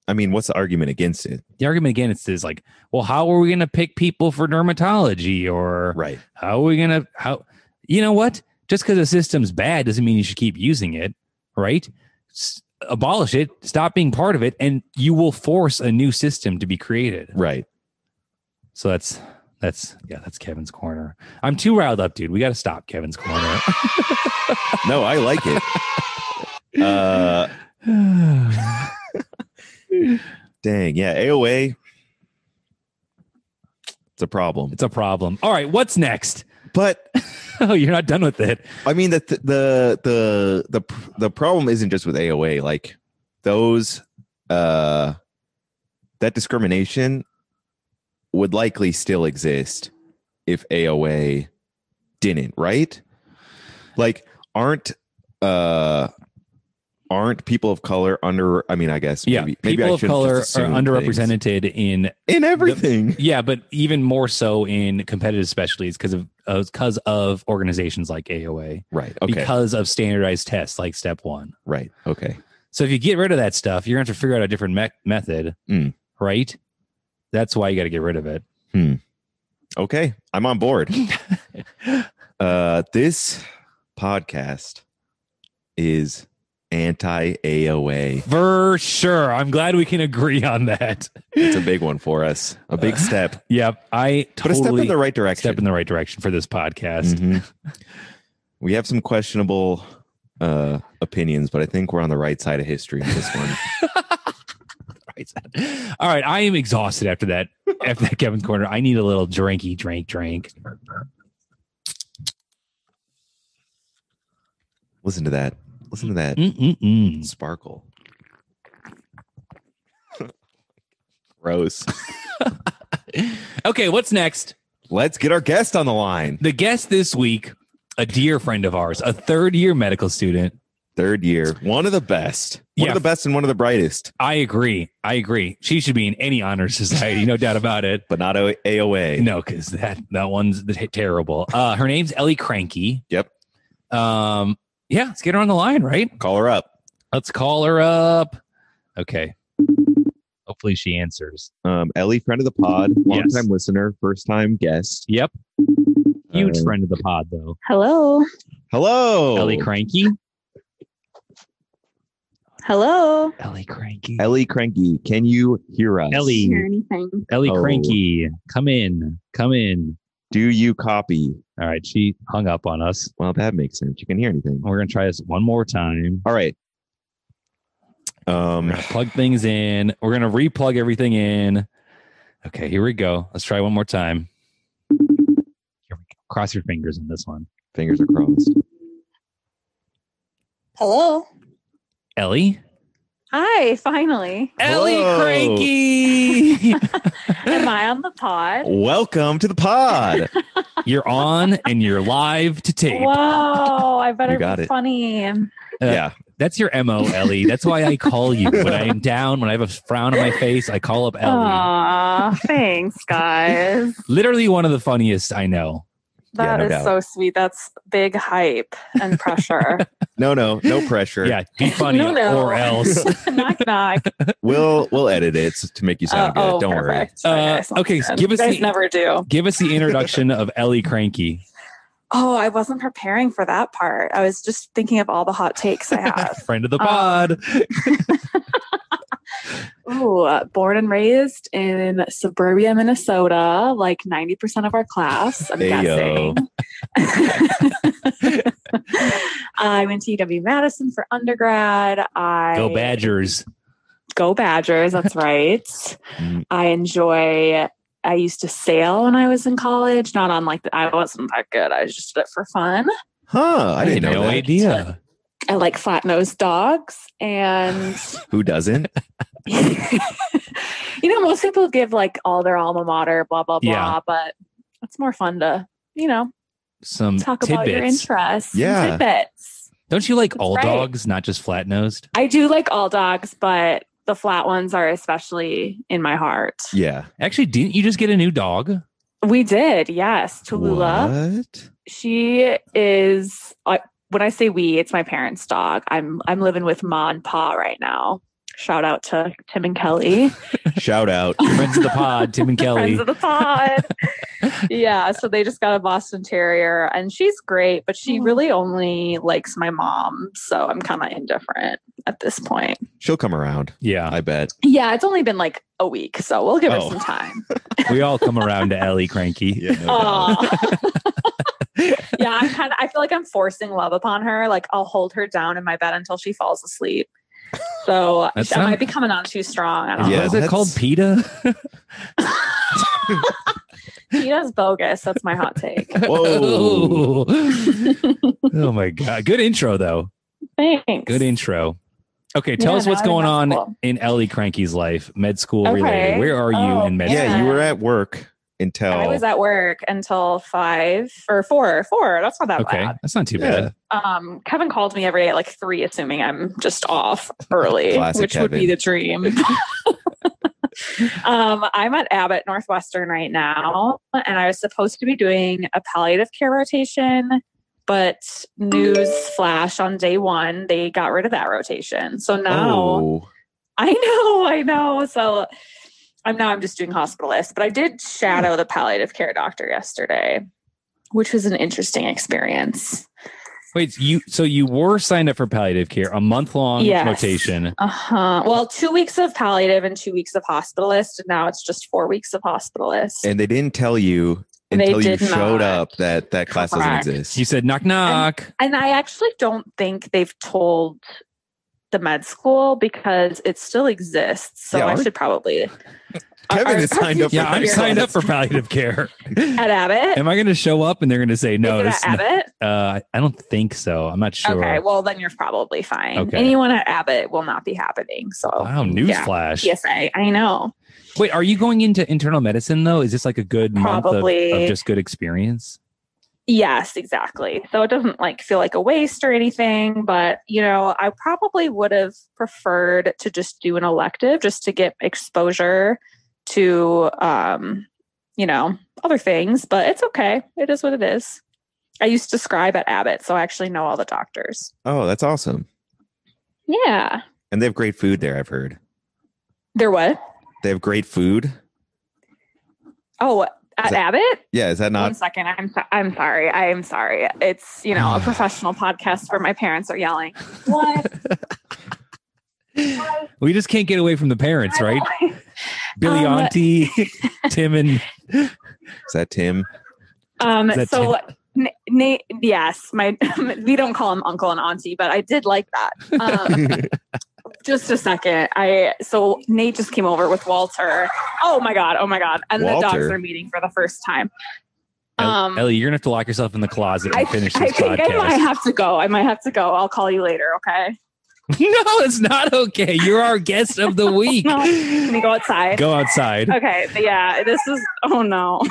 Speaker 1: I mean, what's the argument against it?
Speaker 2: The argument again is, is like, well, how are we going to pick people for dermatology or
Speaker 1: Right.
Speaker 2: How are we gonna how you know what? Just because a system's bad doesn't mean you should keep using it, right? S- abolish it, stop being part of it, and you will force a new system to be created.
Speaker 1: Right.
Speaker 2: So that's that's yeah, that's Kevin's corner. I'm too riled up, dude. We gotta stop Kevin's corner.
Speaker 1: No, I like it. uh, dang. Yeah. AOA. It's a problem.
Speaker 2: it's a problem. All right, what's next?
Speaker 1: But
Speaker 2: Oh, you're not done with it.
Speaker 1: I mean the th- the the the pr- the problem isn't just with AOA like those uh that discrimination would likely still exist if AOA didn't, right? Like aren't uh aren't people of color under i mean i guess
Speaker 2: Yeah,
Speaker 1: maybe, maybe
Speaker 2: people
Speaker 1: I
Speaker 2: of
Speaker 1: shouldn't
Speaker 2: color are
Speaker 1: just assume things.
Speaker 2: underrepresented in
Speaker 1: in everything
Speaker 2: yeah, but even more so in competitive specialties because of because of organizations like AOA
Speaker 1: right okay
Speaker 2: because of standardized tests like Step One.
Speaker 1: right okay
Speaker 2: So if you get rid of that stuff, you're going to have to figure out a different me- method,
Speaker 1: Mm.
Speaker 2: right? That's why you got to get rid of it.
Speaker 1: okay i'm on board uh this podcast is anti aoa
Speaker 2: For sure. I'm glad we can agree on that.
Speaker 1: it's a big one for us a big step
Speaker 2: Yep. I
Speaker 1: but a
Speaker 2: Uh, totally
Speaker 1: step in the right direction
Speaker 2: step in the right direction for this podcast.
Speaker 1: Mhm. we have some questionable uh opinions but i think we're on the right side of history in this one
Speaker 2: Right. All right. I am exhausted after that, after that Kevin Corner. I need a little drinky, drink, drink.
Speaker 1: listen to that listen to that
Speaker 2: Mm-mm-mm.
Speaker 1: sparkle. Gross.
Speaker 2: Okay. What's next?
Speaker 1: Let's get our guest on the line.
Speaker 2: The guest this week, a dear friend of ours, a third year medical student.
Speaker 1: Third year, one of the best, one
Speaker 2: Yeah.
Speaker 1: of the best, and one of the brightest,
Speaker 2: I agree. I agree. She should be in any honor society, no doubt about it.
Speaker 1: but not A- AOA.
Speaker 2: No, because that that one's t- terrible. Uh, her name's Ellie Cranky.
Speaker 1: Yep.
Speaker 2: Um. Yeah, let's get her on the line, right?
Speaker 1: Call her up.
Speaker 2: Let's call her up. Okay. Hopefully she answers.
Speaker 1: Um, Ellie, friend of the pod, longtime
Speaker 2: Yes.
Speaker 1: listener, first time guest.
Speaker 2: Yep. Huge
Speaker 1: Uh,
Speaker 2: friend of the pod, though.
Speaker 5: Hello.
Speaker 1: Hello,
Speaker 2: Ellie Cranky.
Speaker 5: Hello.
Speaker 2: Ellie Cranky.
Speaker 1: Ellie Cranky. Can you hear us?
Speaker 2: Ellie.
Speaker 5: Hear anything?
Speaker 2: Ellie
Speaker 1: Oh.
Speaker 2: Cranky. Come in. Come in.
Speaker 1: do you copy?
Speaker 2: All right. She hung up on us.
Speaker 1: Well, that makes sense. You can hear anything.
Speaker 2: We're gonna try this one more time.
Speaker 1: All right.
Speaker 2: We're
Speaker 1: Um,
Speaker 2: gonna plug things in. We're gonna replug everything in. Okay, here we go. Let's try one more time. Here we go. Cross your fingers on this one.
Speaker 1: fingers are crossed.
Speaker 5: Hello.
Speaker 2: Ellie.
Speaker 5: Hi, finally.
Speaker 1: Hello.
Speaker 2: Cranky.
Speaker 5: Am I on the pod?
Speaker 1: Welcome to the pod.
Speaker 2: you're on and you're live to tape.
Speaker 5: Wow, I better
Speaker 1: You got
Speaker 5: be
Speaker 1: it.
Speaker 5: funny.
Speaker 2: Uh,
Speaker 1: yeah.
Speaker 2: That's your MO, Ellie. That's why I call you. When I'm down, when I have a frown on my face, I call up Ellie.
Speaker 5: Aw, thanks, guys.
Speaker 2: Literally one of the funniest I know.
Speaker 5: That
Speaker 1: no
Speaker 5: is
Speaker 1: doubt.
Speaker 5: so sweet. That's big hype and pressure.
Speaker 1: No, no, no pressure.
Speaker 2: Yeah, be funny
Speaker 5: No, no.
Speaker 2: or else.
Speaker 5: knock knock.
Speaker 1: We'll we'll edit it to make you sound
Speaker 5: Uh,
Speaker 1: good. Don't worry.
Speaker 5: perfect.
Speaker 2: Uh,
Speaker 5: Okay, sounds
Speaker 2: okay, so
Speaker 5: good.
Speaker 2: give us
Speaker 5: You guys
Speaker 2: the-
Speaker 5: never do.
Speaker 2: Give us the introduction of Ellie Cranky.
Speaker 5: Oh, I wasn't preparing for that part. I was just thinking of all the hot takes I have.
Speaker 2: friend of the
Speaker 5: Um,
Speaker 2: pod.
Speaker 5: Ooh, uh, born and raised in suburbia, Minnesota, like 90% of our class, I'm
Speaker 1: Ayo.
Speaker 5: guessing. I went to UW Madison for undergrad. I
Speaker 2: Go Badgers.
Speaker 5: Go Badgers, that's right.
Speaker 1: Mm.
Speaker 5: I enjoy I used to sail when I was in college, not on like the, I wasn't that good. I just did it for fun.
Speaker 1: Huh? I didn't
Speaker 2: had
Speaker 1: know
Speaker 2: no
Speaker 1: that.
Speaker 2: idea.
Speaker 5: I like flat-nosed dogs and
Speaker 1: Who doesn't?
Speaker 5: you know, most people give like all their alma mater, blah blah blah,
Speaker 2: Yeah.
Speaker 5: but it's more fun to, you know,
Speaker 2: Some
Speaker 5: talk about your
Speaker 2: Mm, tidbits.
Speaker 5: interests. and
Speaker 1: Yeah.
Speaker 5: Tidbits.
Speaker 2: Don't you like all
Speaker 5: right.
Speaker 2: dogs, not just flat nosed?
Speaker 5: I do like all dogs, but the flat ones are especially in my heart.
Speaker 1: Yeah.
Speaker 2: Actually, didn't you just get a new dog?
Speaker 5: We did, yes. Tulula.
Speaker 1: What?
Speaker 5: She is I when I say we, it's my parents' dog. I'm I'm living with Ma and Pa right now. Shout out to Tim and Kelly.
Speaker 1: Shout out.
Speaker 2: Friends of the pod, Tim and Kelly.
Speaker 5: friends of the pod. yeah, so they just got a Boston Terrier, and she's great, but she really only likes my mom, so I'm kind of indifferent at this point.
Speaker 1: She'll come around.
Speaker 2: Yeah,
Speaker 1: I bet.
Speaker 5: Yeah, it's only been like a week, so we'll give
Speaker 1: Oh.
Speaker 5: her some time.
Speaker 2: we all come around to Ellie Cranky.
Speaker 1: Yeah. no doubt.
Speaker 5: Aw. yeah, I'm kind of. I feel like I'm forcing love upon her. Like I'll hold her down in my bed until she falls asleep. So
Speaker 2: That
Speaker 5: that
Speaker 2: sound-
Speaker 5: might be coming on too strong. I don't
Speaker 1: Yeah,
Speaker 2: Yeah, Uh, is it
Speaker 1: that's-
Speaker 2: called PETA?
Speaker 5: know. She does bogus. That's my hot take.
Speaker 1: Whoa.
Speaker 2: oh my god! Good intro though.
Speaker 5: Thanks.
Speaker 2: Good intro. Okay, tell
Speaker 5: Yeah,
Speaker 2: us what's
Speaker 5: now I
Speaker 2: going
Speaker 5: think
Speaker 2: on
Speaker 5: that's cool.
Speaker 2: in Ellie Cranky's life, med school
Speaker 5: Okay.
Speaker 2: related. Where are you
Speaker 5: Oh,
Speaker 2: in med?
Speaker 1: yeah,
Speaker 5: Yeah.
Speaker 1: you were at work until
Speaker 5: I was at work until five or four. Four. That's not that
Speaker 2: Okay,
Speaker 5: bad.
Speaker 2: that's not too
Speaker 1: Yeah.
Speaker 2: bad.
Speaker 5: Um, Kevin called me every day at like three, assuming I'm just off early,
Speaker 1: Classic
Speaker 5: which would be
Speaker 1: Kevin.
Speaker 5: the dream. um, I'm at Abbott Northwestern right now, and I was supposed to be doing a palliative care rotation, but news flash on day one, they got rid of that rotation. So now.
Speaker 1: oh,
Speaker 5: I know, I know. So I'm now I'm just doing hospitalist, but I did
Speaker 1: Hmm.
Speaker 5: shadow the palliative care doctor yesterday, which was an interesting experience.
Speaker 2: Wait, you so you were signed up for palliative care, a month long
Speaker 5: Yes.
Speaker 2: rotation.
Speaker 5: Uh huh. Well, two weeks of palliative and two weeks of hospitalist, and now it's just four weeks of hospitalist.
Speaker 1: and they didn't tell you
Speaker 5: They
Speaker 1: until you
Speaker 5: did
Speaker 1: showed
Speaker 5: not.
Speaker 1: up that that class
Speaker 5: Correct.
Speaker 1: doesn't exist.
Speaker 2: You said knock knock.
Speaker 5: and I actually don't think they've told the med school because it still exists. So
Speaker 1: Yeah,
Speaker 5: I
Speaker 1: are-
Speaker 5: should probably.
Speaker 1: Kevin
Speaker 5: Are-
Speaker 1: is
Speaker 5: are
Speaker 1: signed
Speaker 5: you
Speaker 1: up for
Speaker 2: yeah, I'm
Speaker 1: You're
Speaker 2: signed up for palliative care.
Speaker 5: at Abbott.
Speaker 2: Am I going to show up and they're going to say no?
Speaker 5: Is it
Speaker 2: This,
Speaker 5: at Abbott?
Speaker 2: uh, I don't think so. I'm not sure.
Speaker 5: Okay, well then you're probably fine.
Speaker 2: Okay.
Speaker 5: Anyone at Abbott will not be happening. So
Speaker 2: wow,
Speaker 5: yeah.
Speaker 2: newsflash.
Speaker 5: Yes, I, I know.
Speaker 2: Wait, are you going into internal medicine though? Is this like a good month of- of,
Speaker 5: Probably.
Speaker 2: just good experience?
Speaker 5: Yes, exactly. So it doesn't like feel like a waste or anything, but you know, I probably would have preferred to just do an elective just to get exposure to um, you know, other things, but it's okay. It is what it is. I used to scribe at Abbott, so I actually know all the doctors.
Speaker 1: Oh, that's awesome.
Speaker 5: Yeah.
Speaker 1: And they have great food there, I've heard.
Speaker 5: They're what?
Speaker 1: They have great food.
Speaker 5: Oh,
Speaker 1: Is
Speaker 5: at
Speaker 1: that
Speaker 5: Abbott?
Speaker 1: Yeah, is that
Speaker 5: One
Speaker 1: not
Speaker 5: second. I'm so- I'm sorry. I am sorry. It's, you know, a professional podcast where my parents are yelling. What?
Speaker 2: We just can't get away from the parents, right? Billy
Speaker 5: Um,
Speaker 2: Auntie, Tim, and
Speaker 1: is that Tim?
Speaker 5: Um,
Speaker 2: Is that
Speaker 5: so, N- Nate, yes, my we don't call him uncle and auntie, but I did like that. Um, just a second. I so Nate just came over with Walter. Oh my god! Oh my god! And the dogs
Speaker 1: Walter?
Speaker 5: are meeting for the first time.
Speaker 2: El-
Speaker 5: Um,
Speaker 2: Ellie, you're gonna have to lock yourself in the closet
Speaker 5: I,
Speaker 2: and finish
Speaker 5: I
Speaker 2: this
Speaker 5: think I might
Speaker 2: podcast.
Speaker 5: have to go. I might have to go. I'll call you later. Okay.
Speaker 2: no, it's not okay. You're our guest of the week.
Speaker 5: No, Can we go outside?
Speaker 2: Go outside,
Speaker 5: Okay. but yeah. This is. Oh no.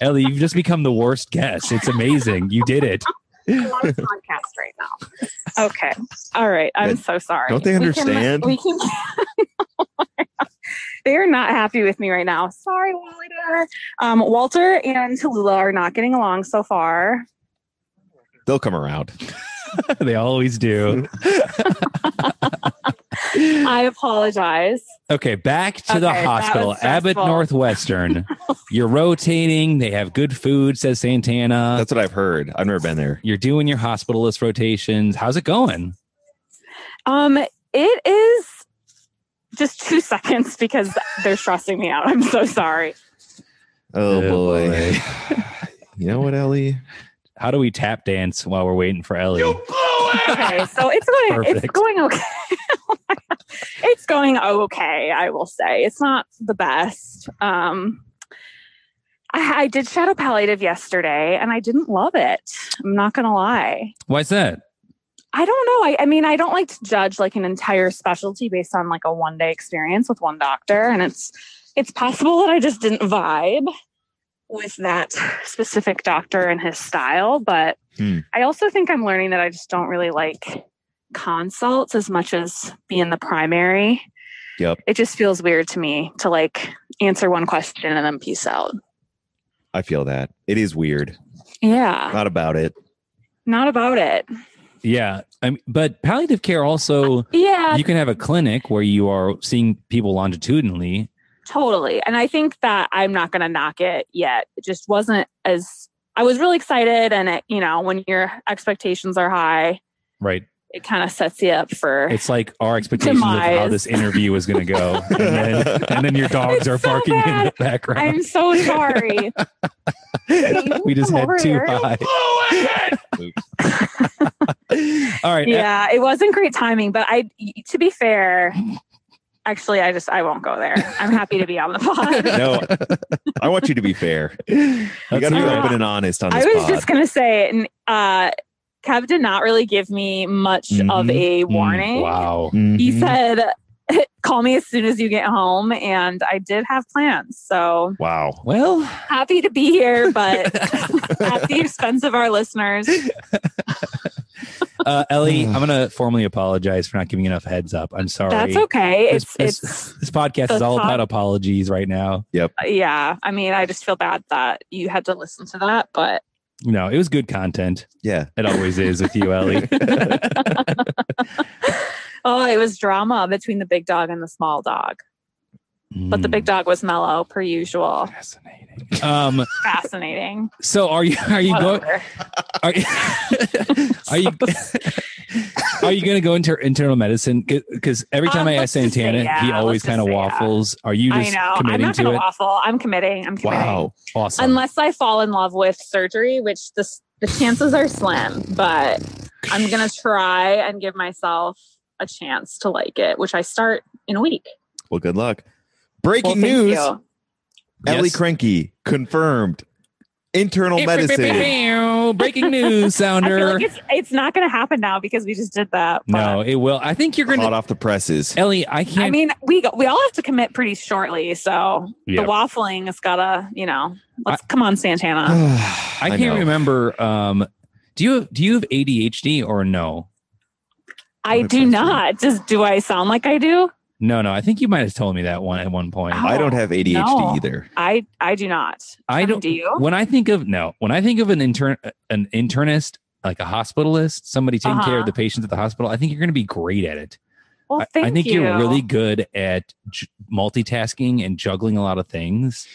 Speaker 2: Ellie. You've just become the worst guest. It's amazing. You did it.
Speaker 5: I'm on a podcast right now. Okay. All right. I'm so sorry.
Speaker 1: Don't they
Speaker 5: We can-
Speaker 1: understand?
Speaker 5: We can. they are not happy with me right now. Sorry, Walter. Um, Walter and Tallulah are not getting along so far.
Speaker 1: They'll come around.
Speaker 2: they always do.
Speaker 5: I apologize.
Speaker 2: Okay, back to the
Speaker 5: Okay, that was
Speaker 2: hospital, Abbott
Speaker 5: stressful.
Speaker 2: Northwestern. You're rotating. They have good food, says Santana.
Speaker 1: That's what I've heard. I've never been there.
Speaker 2: You're doing your hospitalist rotations. How's it going?
Speaker 5: Um, it is just two seconds because they're stressing me out. I'm so sorry.
Speaker 1: Oh,
Speaker 2: Oh,
Speaker 1: boy.
Speaker 2: boy.
Speaker 1: you know what, Ellie?
Speaker 2: How do we tap dance while we're waiting for Ellie?
Speaker 4: You blew it!
Speaker 5: Okay, so it's going.
Speaker 2: Perfect.
Speaker 5: It's going okay. it's going okay. I will say it's not the best. Um, I, I did shadow palliative yesterday, and I didn't love it. I'm not gonna lie.
Speaker 2: Why's that?
Speaker 5: I don't know. I, I mean, I don't like to judge like an entire specialty based on like a one day experience with one doctor, and it's it's possible that I just didn't vibe with that specific doctor and his style. But
Speaker 1: Hmm.
Speaker 5: I also think I'm learning that I just don't really like consults as much as being the primary.
Speaker 1: Yep.
Speaker 5: It just feels weird to me to like answer one question and then peace out.
Speaker 1: I feel that. It is weird.
Speaker 5: Yeah,
Speaker 1: Not about it.
Speaker 5: not about it.
Speaker 2: Yeah, I mean, but palliative care also
Speaker 5: Yeah,
Speaker 2: you can have a clinic where you are seeing people longitudinally.
Speaker 5: Totally. And I think that I'm not going to knock it yet. It just wasn't as I was really excited and it, you know, when your expectations are high,
Speaker 2: Right.
Speaker 5: it kind of sets you up for
Speaker 2: It's like our expectations of how
Speaker 5: Demise.
Speaker 2: this interview is going to go, and then, and then your dogs
Speaker 5: It's
Speaker 2: are
Speaker 5: so
Speaker 2: barking in the
Speaker 5: bad.
Speaker 2: background.
Speaker 5: I'm so sorry.
Speaker 2: we just
Speaker 5: Come
Speaker 2: had
Speaker 5: over
Speaker 2: too
Speaker 5: here.
Speaker 2: high.
Speaker 4: Blew it!
Speaker 2: All right,
Speaker 5: yeah, it wasn't great timing, but I to be fair, actually I just I won't go there. I'm happy to be on the pod.
Speaker 1: No, I want you to be fair. You
Speaker 2: That's
Speaker 1: got to be
Speaker 5: not-
Speaker 1: open and honest on
Speaker 5: I
Speaker 1: this
Speaker 5: was
Speaker 1: pod.
Speaker 5: just going to say n- uh Kev did not really give me much of
Speaker 1: Mhm.
Speaker 5: a
Speaker 2: Mm-hmm. Mm,
Speaker 5: warning.
Speaker 2: Wow.
Speaker 1: Mhm.
Speaker 5: He said, call me as soon as you get home. And I did have plans. So
Speaker 1: Wow.
Speaker 2: Well,
Speaker 5: happy to be here, but at the expense of our listeners.
Speaker 2: uh, Ellie,
Speaker 1: Hmm.
Speaker 2: I'm going to formally apologize for not giving you enough heads up. I'm sorry.
Speaker 5: That's okay.
Speaker 2: This-
Speaker 5: It's,
Speaker 2: this-
Speaker 5: it's,
Speaker 2: This podcast is
Speaker 5: The
Speaker 2: all
Speaker 5: pod-
Speaker 2: about apologies right now.
Speaker 5: yeah. I mean, I just feel bad that you had to listen to that, but
Speaker 2: You know, it was good content.
Speaker 1: Yeah.
Speaker 2: It always is with you, Ellie.
Speaker 5: oh, it was drama between the big dog and the small dog. But the big
Speaker 2: Hmm.
Speaker 5: dog was mellow, per usual.
Speaker 2: Fascinating. Um,
Speaker 5: Fascinating.
Speaker 2: so are you are you going
Speaker 5: Whatever.
Speaker 2: are you are you, are you going to go into internal medicine? Because every time
Speaker 5: Uh,
Speaker 2: I
Speaker 5: let's
Speaker 2: ask
Speaker 5: just say
Speaker 2: Santana, he
Speaker 5: yeah.
Speaker 2: always
Speaker 5: Let's just
Speaker 2: kind of
Speaker 5: say yeah.
Speaker 2: waffles. Are you
Speaker 5: I
Speaker 2: just
Speaker 5: know. I'm
Speaker 2: committing
Speaker 5: not
Speaker 2: to
Speaker 5: going
Speaker 2: it?
Speaker 5: to waffle. I'm committing. I'm committing.
Speaker 1: Wow.
Speaker 2: Awesome.
Speaker 5: Unless I fall in love with surgery, which the, s- the chances are slim, but I'm going to try and give myself a chance to like it, which I start in a week.
Speaker 1: Well, good luck.
Speaker 5: Well,
Speaker 1: Breaking
Speaker 5: thank
Speaker 1: news.
Speaker 5: you.
Speaker 1: Ellie
Speaker 2: Yes.
Speaker 1: Cranky confirmed internal medicine.
Speaker 2: Breaking news,
Speaker 5: I feel
Speaker 2: sounder.
Speaker 5: like it's, it's not going to happen now because we just did that. but-
Speaker 2: No, it will. I think you're going
Speaker 1: Hot
Speaker 2: to.
Speaker 1: off the presses.
Speaker 2: Ellie, I can't.
Speaker 5: I mean, we we all have to commit pretty shortly, so
Speaker 2: Yeah.
Speaker 5: the waffling has gotta, you know, let's come on,
Speaker 2: Oh,
Speaker 5: Santana.
Speaker 1: I
Speaker 2: I can't
Speaker 1: know.
Speaker 2: remember. Um, do you do you have ADHD or no?
Speaker 5: I do not. Just do I sound like I do?
Speaker 2: No, no. I think you might have told me that one at one point.
Speaker 1: I don't have ADHD
Speaker 5: No.
Speaker 1: either.
Speaker 5: I I do not.
Speaker 2: I
Speaker 5: Kevin,
Speaker 2: don't.
Speaker 5: Do you?
Speaker 2: When I think of no, when I think of an intern, an internist, like a hospitalist, somebody taking care
Speaker 5: Uh-huh.
Speaker 2: of the patients at the hospital, I think you're going to be great at it.
Speaker 5: Well,
Speaker 2: I-
Speaker 5: thank
Speaker 2: I, think
Speaker 5: you.
Speaker 2: are really good at j- multitasking and juggling a lot of things.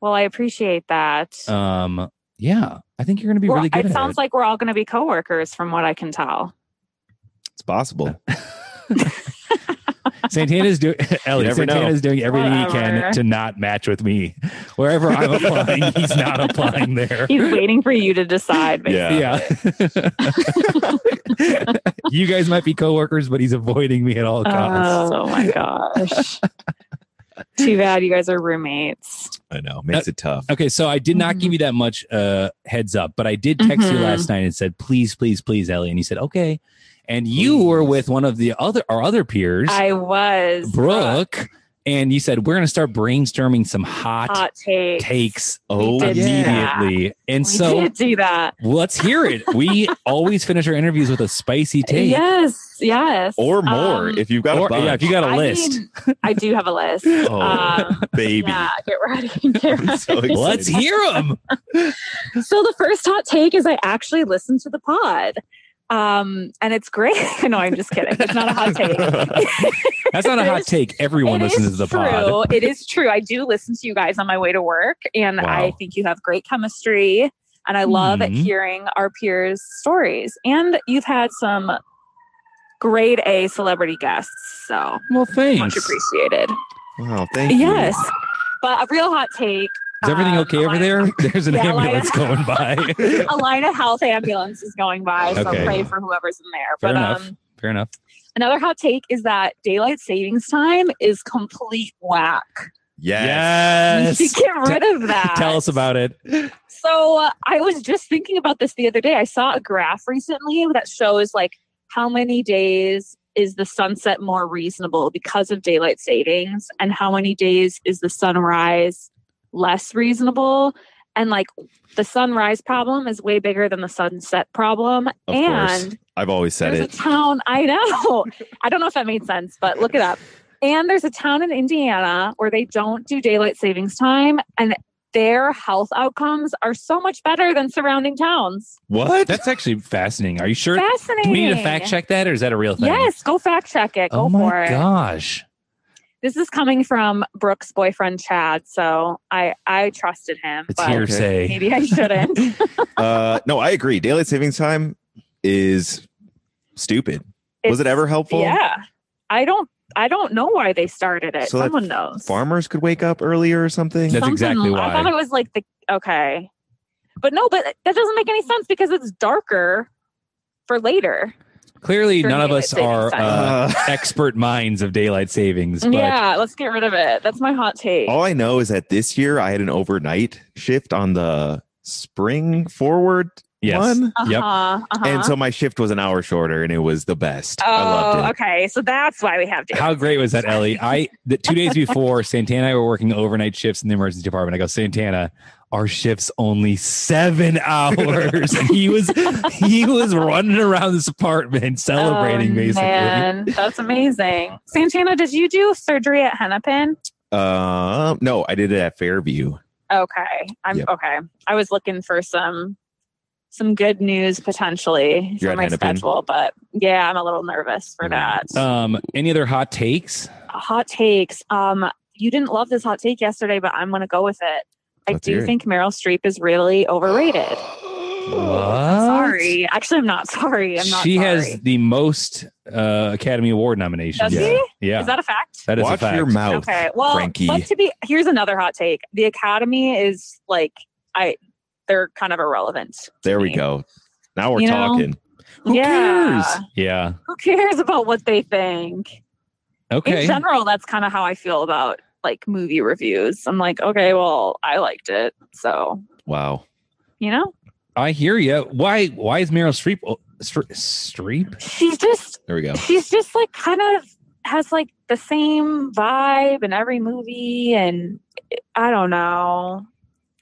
Speaker 5: well. I appreciate that.
Speaker 2: Um, yeah, I think you're going to be
Speaker 5: Well,
Speaker 2: really good.
Speaker 5: it
Speaker 2: at
Speaker 5: sounds
Speaker 2: it.
Speaker 5: like we're all going to be coworkers, from what I can tell.
Speaker 1: It's possible.
Speaker 2: Santana's doing Ellie.
Speaker 1: never know.
Speaker 2: Santana's doing everything he
Speaker 5: Whatever.
Speaker 2: can to not match with me. Wherever I'm applying, he's not applying there.
Speaker 5: He's waiting for you to decide. but-
Speaker 1: Yeah.
Speaker 2: yeah. you guys might be coworkers, but he's avoiding me at all costs.
Speaker 5: Oh my gosh. Too bad you guys are roommates.
Speaker 1: I know. Makes it tough.
Speaker 2: okay, so I did not
Speaker 5: Mhm.
Speaker 2: give you that much uh, heads up, but I did text you
Speaker 5: Mhm.
Speaker 2: last night and said, "Please, please, please, Ellie," and you said, "Okay." And you were with one of the other our other peers,
Speaker 5: I was
Speaker 2: Brooke, and you said we're going to start brainstorming some hot,
Speaker 5: hot take.
Speaker 2: takes
Speaker 1: Oh,
Speaker 5: did
Speaker 1: yeah.
Speaker 5: that.
Speaker 2: immediately. And
Speaker 5: we
Speaker 2: so
Speaker 5: did do that.
Speaker 2: let's hear it. We always finish our interviews with a spicy take.
Speaker 5: Yes, yes.
Speaker 1: Or more
Speaker 5: Um,
Speaker 1: if you've got a
Speaker 2: Or-
Speaker 1: bunch.
Speaker 2: yeah, if you got a
Speaker 5: I
Speaker 2: list.
Speaker 5: mean, I do have a list.
Speaker 1: Oh,
Speaker 5: Um,
Speaker 1: baby.
Speaker 5: yeah, get ready. Get
Speaker 1: I'm
Speaker 5: ready.
Speaker 1: so excited.
Speaker 2: Let's hear them.
Speaker 5: So the first hot take is I actually listened to the pod. Um, and it's great. no, I'm just kidding. It's not a hot take.
Speaker 2: That's not a hot take. Everyone
Speaker 5: It
Speaker 2: listens to
Speaker 5: is
Speaker 2: the pod.
Speaker 5: It is true. I do listen to you guys on my way to work, and I
Speaker 1: Wow.
Speaker 5: think you have great chemistry. And I love
Speaker 2: Mhm.
Speaker 5: hearing our peers' stories. And you've had some grade A celebrity guests, so
Speaker 2: Well,
Speaker 5: much
Speaker 2: thanks. Is
Speaker 5: appreciated.
Speaker 1: Wow, thank you.
Speaker 5: Yes, but a real hot take.
Speaker 2: everything
Speaker 5: um,
Speaker 2: okay over
Speaker 5: Alina-
Speaker 2: there? There's an
Speaker 5: Yeah, like-
Speaker 2: ambulance going by.
Speaker 5: A line of health ambulance is going by, so
Speaker 2: Okay.
Speaker 5: pray for whoever's in there.
Speaker 2: Fair
Speaker 5: but
Speaker 2: enough.
Speaker 5: um,
Speaker 2: Fair enough.
Speaker 5: another hot take is that daylight savings time is complete whack.
Speaker 1: Yes.
Speaker 5: We should get rid of that.
Speaker 2: Tell us about it.
Speaker 5: So uh, I was just thinking about this the other day. I saw a graph recently that shows like how many days is the sunset more reasonable because of daylight savings, and how many days is the sunrise less reasonable. And like the sunrise problem is way bigger than the sunset problem.
Speaker 1: Of
Speaker 5: and
Speaker 1: course. I've always said
Speaker 5: there's
Speaker 1: it.
Speaker 5: a town I know. I don't know if that made sense, but look it up. And there's a town in Indiana where they don't do daylight savings time, and their health outcomes are so much better than surrounding towns.
Speaker 1: What?
Speaker 2: That's actually fascinating. Are you sure? Do
Speaker 5: Fascinating.
Speaker 2: we need to fact check that, or is that a real thing?
Speaker 5: Yes, go fact check it. Go
Speaker 2: Oh
Speaker 5: for
Speaker 2: my
Speaker 5: it.
Speaker 2: gosh.
Speaker 5: This is coming from Brooke's boyfriend Chad, so I I trusted him,
Speaker 2: It's
Speaker 5: but
Speaker 2: hearsay.
Speaker 5: maybe I shouldn't.
Speaker 1: uh, no, I agree. Daylight savings time is stupid. Was it
Speaker 5: It's-
Speaker 1: ever helpful?
Speaker 5: Yeah, I don't I don't know why they started it.
Speaker 1: So that
Speaker 5: Someone knows.
Speaker 1: Farmers could wake up earlier or something.
Speaker 2: That's exactly
Speaker 5: I thought
Speaker 2: why.
Speaker 5: it was like the okay, but no, but that doesn't make any sense because it's darker for later.
Speaker 2: Clearly,
Speaker 5: Sure,
Speaker 2: none of
Speaker 5: daylight
Speaker 2: us
Speaker 5: savings
Speaker 2: are
Speaker 5: time.
Speaker 2: uh,
Speaker 1: Uh,
Speaker 2: expert minds of daylight savings, but
Speaker 5: yeah, let's get rid of it. That's my hot take.
Speaker 1: all I know is that this year I had an overnight shift on the spring forward
Speaker 2: Yes.
Speaker 1: one.
Speaker 5: Uh-huh,
Speaker 2: Yep.
Speaker 5: uh-huh.
Speaker 1: Oh, And so my shift was an hour shorter and it was the best. I loved
Speaker 5: Oh,
Speaker 1: it.
Speaker 5: okay. So that's why we have to.
Speaker 2: How great was that, Ellie? I the two days before Santana and I were working overnight shifts in the emergency department. I go, Santana, our shifts only seven hours. and he was he was running around this apartment celebrating,
Speaker 5: Oh,
Speaker 2: basically.
Speaker 5: Man, that's amazing. Santana, did you do surgery at Hennepin?
Speaker 1: Uh, no, I did it at Fairview.
Speaker 5: Okay. I'm
Speaker 1: Yep.
Speaker 5: okay. I was looking for some some good news potentially
Speaker 1: You're
Speaker 5: for
Speaker 1: at
Speaker 5: my
Speaker 1: Hennepin?
Speaker 5: schedule, but yeah, I'm a little nervous for
Speaker 1: Mm.
Speaker 5: that.
Speaker 2: Um, any other hot takes?
Speaker 5: hot takes. Um, you didn't love this hot take yesterday, but I'm gonna go with it. I
Speaker 1: Let's hear
Speaker 5: do
Speaker 1: it.
Speaker 5: think Meryl Streep is really overrated.
Speaker 2: What?
Speaker 5: Sorry. Actually, I'm not sorry. I'm not
Speaker 2: she
Speaker 5: sorry.
Speaker 2: has the most uh, Academy Award nominations.
Speaker 5: Does
Speaker 1: Yeah.
Speaker 5: he?
Speaker 2: Yeah.
Speaker 5: Is that a fact?
Speaker 2: that is
Speaker 1: Watch
Speaker 2: a fact.
Speaker 1: your mouth.
Speaker 5: Okay. Well,
Speaker 1: Frankie.
Speaker 5: but to be here's another hot take. The Academy is like I they're kind of irrelevant. to
Speaker 1: There we
Speaker 5: me.
Speaker 1: go. Now we're
Speaker 5: You know?
Speaker 1: talking. Who
Speaker 5: yeah.
Speaker 1: cares?
Speaker 2: yeah.
Speaker 5: Who cares about what they think?
Speaker 2: Okay.
Speaker 5: In general, that's kind of how I feel about like movie reviews. I'm like, okay, well, I liked it, so
Speaker 1: Wow.
Speaker 5: you know,
Speaker 2: I hear you. Why why is Meryl Streep Stre- Streep?
Speaker 5: she's just
Speaker 1: There we
Speaker 2: Oh.
Speaker 1: go.
Speaker 5: she's just like kind of has like the same vibe in every movie, and I don't know.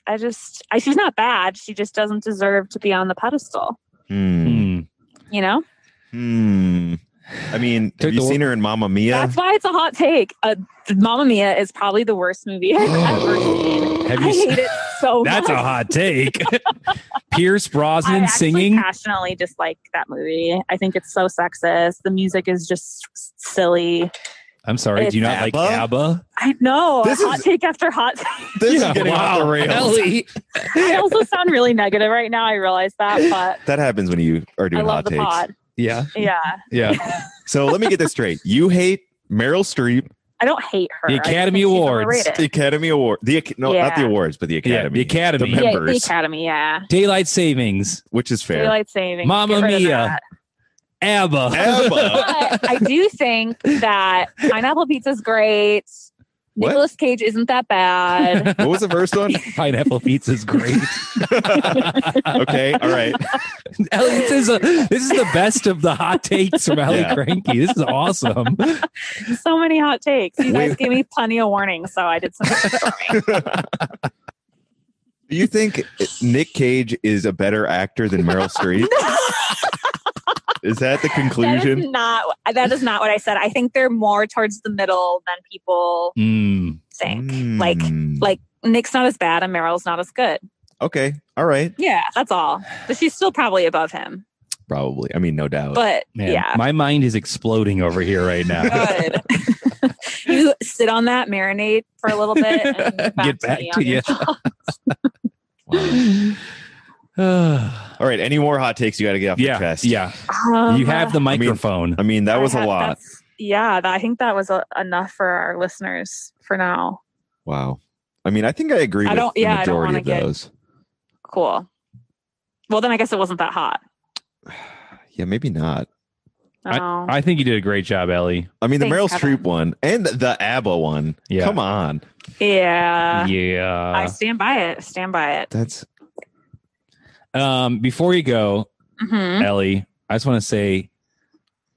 Speaker 5: I just, I, she's not bad. She just doesn't deserve to be on the pedestal,
Speaker 1: Hmm.
Speaker 2: Hmm.
Speaker 5: you know.
Speaker 1: Hmm. I mean,
Speaker 2: Took
Speaker 1: have you
Speaker 2: the-
Speaker 1: seen her in Mamma Mia?
Speaker 5: That's why it's a hot take. Uh, Mamma Mia is probably the worst movie I've ever seen.
Speaker 2: Hmm. Have
Speaker 5: I
Speaker 2: you seen
Speaker 5: hate it so
Speaker 2: That's
Speaker 5: much.
Speaker 2: a hot take. Pierce
Speaker 5: I
Speaker 2: Brosnan
Speaker 5: actually
Speaker 2: singing.
Speaker 5: passionately dislike that movie. I think it's so sexist. The music is just s- silly.
Speaker 2: I'm sorry. Do you not like ABBA?
Speaker 5: I know.
Speaker 1: This
Speaker 5: hot
Speaker 1: is-
Speaker 5: take after hot take.
Speaker 1: This is getting off the rails.
Speaker 2: Ellie.
Speaker 5: I also sound really negative right now. I realize that, but
Speaker 1: That happens when you are
Speaker 5: I
Speaker 1: doing
Speaker 5: love
Speaker 1: hot
Speaker 5: the
Speaker 1: takes.
Speaker 5: pod.
Speaker 2: Yeah.
Speaker 5: Yeah.
Speaker 2: Yeah.
Speaker 1: So let me get this straight. You hate Meryl Streep,
Speaker 5: I don't hate her.
Speaker 2: The
Speaker 5: I just
Speaker 2: Academy
Speaker 5: think she's
Speaker 2: Awards.
Speaker 5: overrated.
Speaker 1: the Academy Award, the ac- no, not the
Speaker 5: Yeah.
Speaker 1: awards, but the
Speaker 2: Yeah.
Speaker 1: Academy,
Speaker 2: The Academy.
Speaker 1: The
Speaker 5: Yeah, the
Speaker 1: members.
Speaker 5: Academy, yeah.
Speaker 2: Daylight Savings.
Speaker 1: which is fair.
Speaker 5: Daylight saving.
Speaker 2: Mamma Mia. ABBA.
Speaker 1: ABBA.
Speaker 5: but I do think that pineapple pizza is great.
Speaker 1: What?
Speaker 5: Nicolas Cage isn't that bad.
Speaker 1: what was the first one?
Speaker 2: Pineapple pizza is great.
Speaker 1: okay, all right.
Speaker 2: Ellie, this is a, this is the best of the hot takes from Ellie
Speaker 1: Yeah.
Speaker 2: Cranky. This is awesome.
Speaker 5: so many hot takes. You guys
Speaker 1: Wait.
Speaker 5: gave me plenty of warning, so I did some brainstorming.
Speaker 1: Do you think Nick Cage is a better actor than Meryl Streep? is that the
Speaker 5: that
Speaker 1: conclusion?
Speaker 5: is not that is not what I said. I think they're more towards the middle than people
Speaker 2: Mm.
Speaker 5: think. Like
Speaker 1: Hmm.
Speaker 5: like Nick's not as bad and Meryl's not as good.
Speaker 1: okay, all right,
Speaker 5: Yeah, that's all. But she's still probably above him.
Speaker 1: probably. I mean, no doubt.
Speaker 5: But
Speaker 2: Man,
Speaker 5: yeah, Oh,
Speaker 2: my mind is exploding over here right now.
Speaker 5: good. you sit on that marinade for a little bit and
Speaker 2: Get back
Speaker 5: me
Speaker 2: to
Speaker 5: on
Speaker 2: you.
Speaker 5: your-
Speaker 1: Wow.
Speaker 2: yeah,
Speaker 1: all right, any more hot takes you got to get off your chest?
Speaker 2: yeah.
Speaker 5: Um,
Speaker 2: You have the
Speaker 1: I mean-
Speaker 2: microphone.
Speaker 1: I mean, that
Speaker 5: I
Speaker 1: was a
Speaker 5: had-
Speaker 1: lot.
Speaker 5: that's- Yeah, that, I think that was uh enough for our listeners for now.
Speaker 1: Wow. I mean, I think I agree
Speaker 5: I
Speaker 1: with
Speaker 5: don't-
Speaker 1: the
Speaker 5: yeah, I don't
Speaker 1: majority
Speaker 5: wanna
Speaker 1: of
Speaker 5: get-
Speaker 1: those.
Speaker 5: Cool. Well, then I guess it wasn't that hot.
Speaker 1: Yeah, maybe not.
Speaker 5: Oh.
Speaker 2: I think you did a great job, Ellie.
Speaker 1: I mean, the
Speaker 5: Thanks,
Speaker 1: Meryl
Speaker 5: Kevin.
Speaker 1: Streep one and the ABBA one.
Speaker 2: Yeah.
Speaker 1: Come on.
Speaker 5: yeah. uh, I
Speaker 2: yeah.
Speaker 5: stand by it. Stand by it.
Speaker 1: That's
Speaker 2: Um, before you go,
Speaker 5: hmm
Speaker 2: Ellie, I just want to say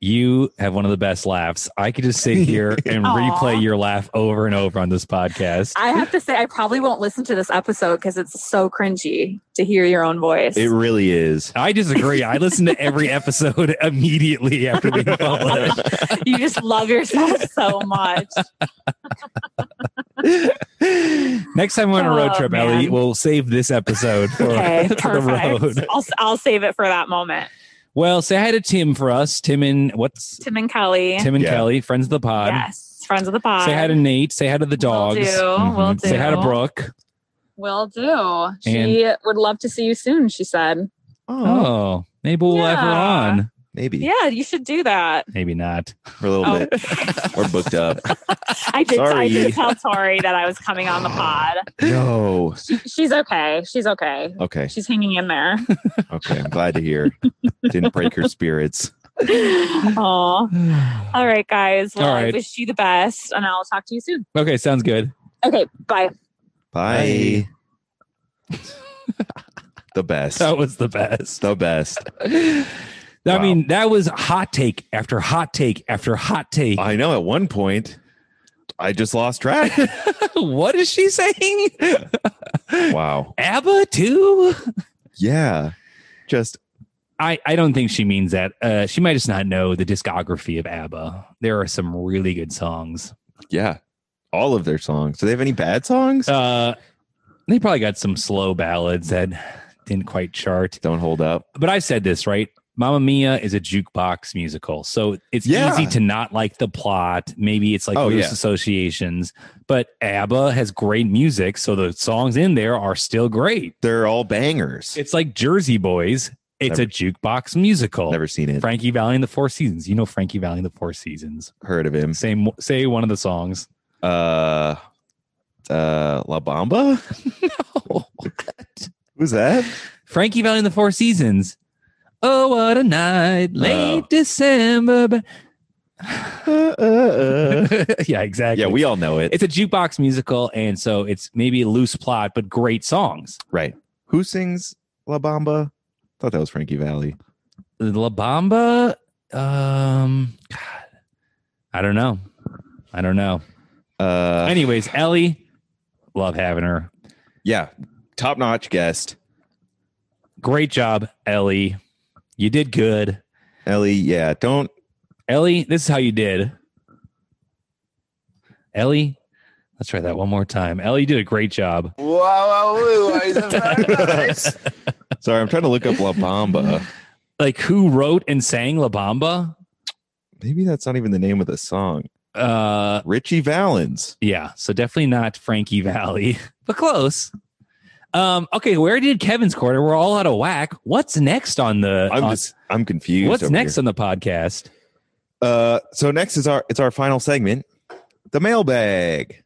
Speaker 2: you have one of the best laughs. I could just sit here and
Speaker 5: Aw.
Speaker 2: replay your laugh over and over on this podcast.
Speaker 5: I have to say, I probably won't listen to this episode because it's so cringy to hear your own voice.
Speaker 1: it, really is.
Speaker 2: I disagree. I listen to every episode immediately after being published.
Speaker 5: you just love yourself so much.
Speaker 2: Next time we're on a road
Speaker 5: Oh,
Speaker 2: trip,
Speaker 5: man.
Speaker 2: Ellie, we'll save this episode for,
Speaker 5: Okay,
Speaker 2: for the road.
Speaker 5: perfect. I'll, I'll save it for that moment.
Speaker 2: Well, say hi to Tim for us. Tim and what's
Speaker 5: Tim and Kelly.
Speaker 2: Tim and
Speaker 1: Yeah.
Speaker 2: Kelly, friends of the pod.
Speaker 5: yes, friends of the pod.
Speaker 2: Say hi to Nate. Say hi to the dogs. Mm-hmm.
Speaker 5: Will do. Will
Speaker 1: Mhm.
Speaker 5: do.
Speaker 2: Say hi to Brooke.
Speaker 5: Will do. She would love to see you soon, she said.
Speaker 1: Oh,
Speaker 2: Oh, maybe we'll have her
Speaker 5: Yeah.
Speaker 2: on.
Speaker 1: maybe
Speaker 5: Yeah, you should do that.
Speaker 2: Maybe not.
Speaker 1: for a little
Speaker 5: Oh.
Speaker 1: bit. We're booked up.
Speaker 5: I did I
Speaker 1: Sorry.
Speaker 5: did tell Tori that I was coming on the pod.
Speaker 1: No.
Speaker 5: She's okay. She's okay.
Speaker 1: Okay.
Speaker 5: She's hanging in there.
Speaker 1: Okay. I'm glad to hear. Didn't break her spirits.
Speaker 5: Aw. All right, guys. Well,
Speaker 2: All
Speaker 5: I
Speaker 2: right.
Speaker 5: wish you the best and I'll talk to you soon.
Speaker 2: okay, sounds good.
Speaker 5: Okay, bye.
Speaker 1: Bye.
Speaker 2: Bye.
Speaker 1: the best.
Speaker 2: That was the best.
Speaker 1: The best.
Speaker 2: I
Speaker 1: Wow.
Speaker 2: mean, that was hot take after hot take after hot take.
Speaker 1: I know at one point I just lost track.
Speaker 2: what is she saying?
Speaker 1: wow.
Speaker 2: ABBA too?
Speaker 1: Yeah. Just
Speaker 2: I, I don't think she means that. Uh, she might just not know the discography of ABBA. There are some really good songs.
Speaker 1: yeah. All of their songs. Do they have any bad songs?
Speaker 2: Uh, they probably got some slow ballads that didn't quite chart.
Speaker 1: Don't hold up.
Speaker 2: But I've said this, right? Mamma Mia is a jukebox musical. So it's
Speaker 1: Yeah.
Speaker 2: easy to not like the plot. Maybe it's like
Speaker 1: Oh,
Speaker 2: loose
Speaker 1: yeah.
Speaker 2: associations. But ABBA has great music. So the songs in there are still great.
Speaker 1: They're all bangers.
Speaker 2: It's like Jersey Boys. It's a jukebox musical.
Speaker 1: Never seen it.
Speaker 2: Frankie Valley and the Four Seasons. You know Frankie Valley and the Four Seasons.
Speaker 1: Heard of him.
Speaker 2: Same, say one of the songs.
Speaker 1: Uh uh La Bamba? Who's that?
Speaker 2: Frankie Valley and the Four Seasons. Oh, what a night, late
Speaker 1: Oh.
Speaker 2: December. but-
Speaker 1: Uh, uh, uh.
Speaker 2: yeah, exactly.
Speaker 1: Yeah, we all know it.
Speaker 2: it's a jukebox musical, and so it's maybe a loose plot, but great songs.
Speaker 1: Right. Who sings La Bamba? Thought that was Frankie Valley.
Speaker 2: La Bamba. Um, God, I don't know. I don't know.
Speaker 1: Uh
Speaker 2: Anyways, Ellie, love having her.
Speaker 1: yeah. Top notch guest.
Speaker 2: Great job, Ellie. You did good.
Speaker 1: Ellie, yeah. Don't
Speaker 2: Ellie, this is how you did. Ellie, let's try that one more time. Ellie, you did a great job.
Speaker 4: Wow, wow, woo, why is it very nice?
Speaker 1: sorry, I'm trying to look up La Bamba.
Speaker 2: Like who wrote and sang La Bamba?
Speaker 1: Maybe that's not even the name of the song.
Speaker 2: Uh
Speaker 1: Richie Valens.
Speaker 2: yeah, so definitely not Frankie Valley, but close. Um, okay, where did Kevin's corner? We're all out of whack. What's next on the
Speaker 1: I'm
Speaker 2: on-
Speaker 1: just I'm confused.
Speaker 2: what's
Speaker 1: over
Speaker 2: next
Speaker 1: here.
Speaker 2: on the podcast?
Speaker 1: Uh so next is our it's our final segment. The mailbag.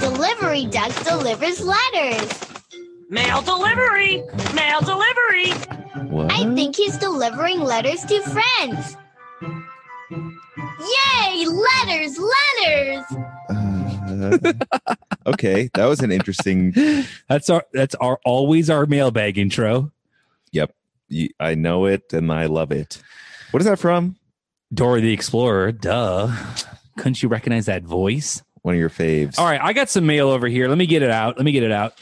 Speaker 6: Delivery Duck delivers letters.
Speaker 7: Mail delivery! Mail delivery!
Speaker 1: What?
Speaker 6: I think he's delivering letters to friends. Yay! Letters, letters!
Speaker 1: Uh, okay, that was an interesting.
Speaker 2: That's our that's our always our mailbag intro.
Speaker 1: y- I know it and I love it. What is that from?
Speaker 2: Dora the Explorer, duh. Couldn't you recognize that voice?
Speaker 1: One of your faves.
Speaker 2: All right, I got some mail over here. Let me get it out. Let me get it out.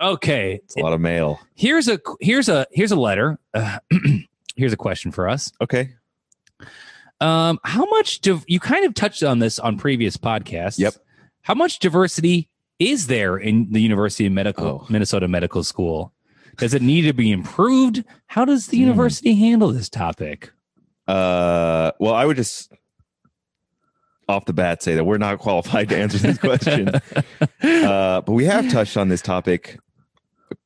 Speaker 2: Okay,
Speaker 1: it's a lot of mail.
Speaker 2: here's a here's a here's a letter. Uh, here's a question for us.
Speaker 1: Okay.
Speaker 2: Um, how much do you kind of touched on this on previous podcasts?
Speaker 1: Yep.
Speaker 2: How much diversity is there in the University of Medical
Speaker 1: Oh.
Speaker 2: Minnesota Medical School? Does it need to be improved? How does the
Speaker 1: Hmm.
Speaker 2: university handle this topic?
Speaker 1: Uh, well, I would just off the bat say that we're not qualified to answer this question, uh, but we have touched on this topic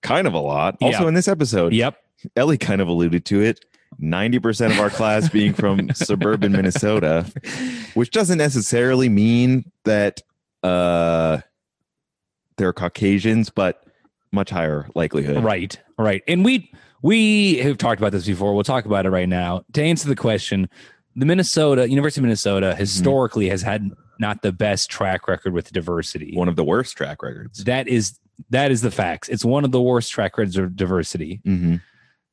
Speaker 1: kind of a lot. Also,
Speaker 2: Yeah.
Speaker 1: in this episode,
Speaker 2: yep.
Speaker 1: Ellie kind of alluded to it. 90% of our class being from suburban Minnesota, which doesn't necessarily mean that uh, they're Caucasians, but much higher likelihood.
Speaker 2: Right, right. And we we have talked about this before. We'll talk about it right now. To answer the question, the Minnesota University of
Speaker 1: Mm-hmm.
Speaker 2: Minnesota historically has had not the best track record with diversity.
Speaker 1: One of the worst track records.
Speaker 2: That is that is the facts. It's one of the worst track records of diversity.
Speaker 1: Mm-hmm.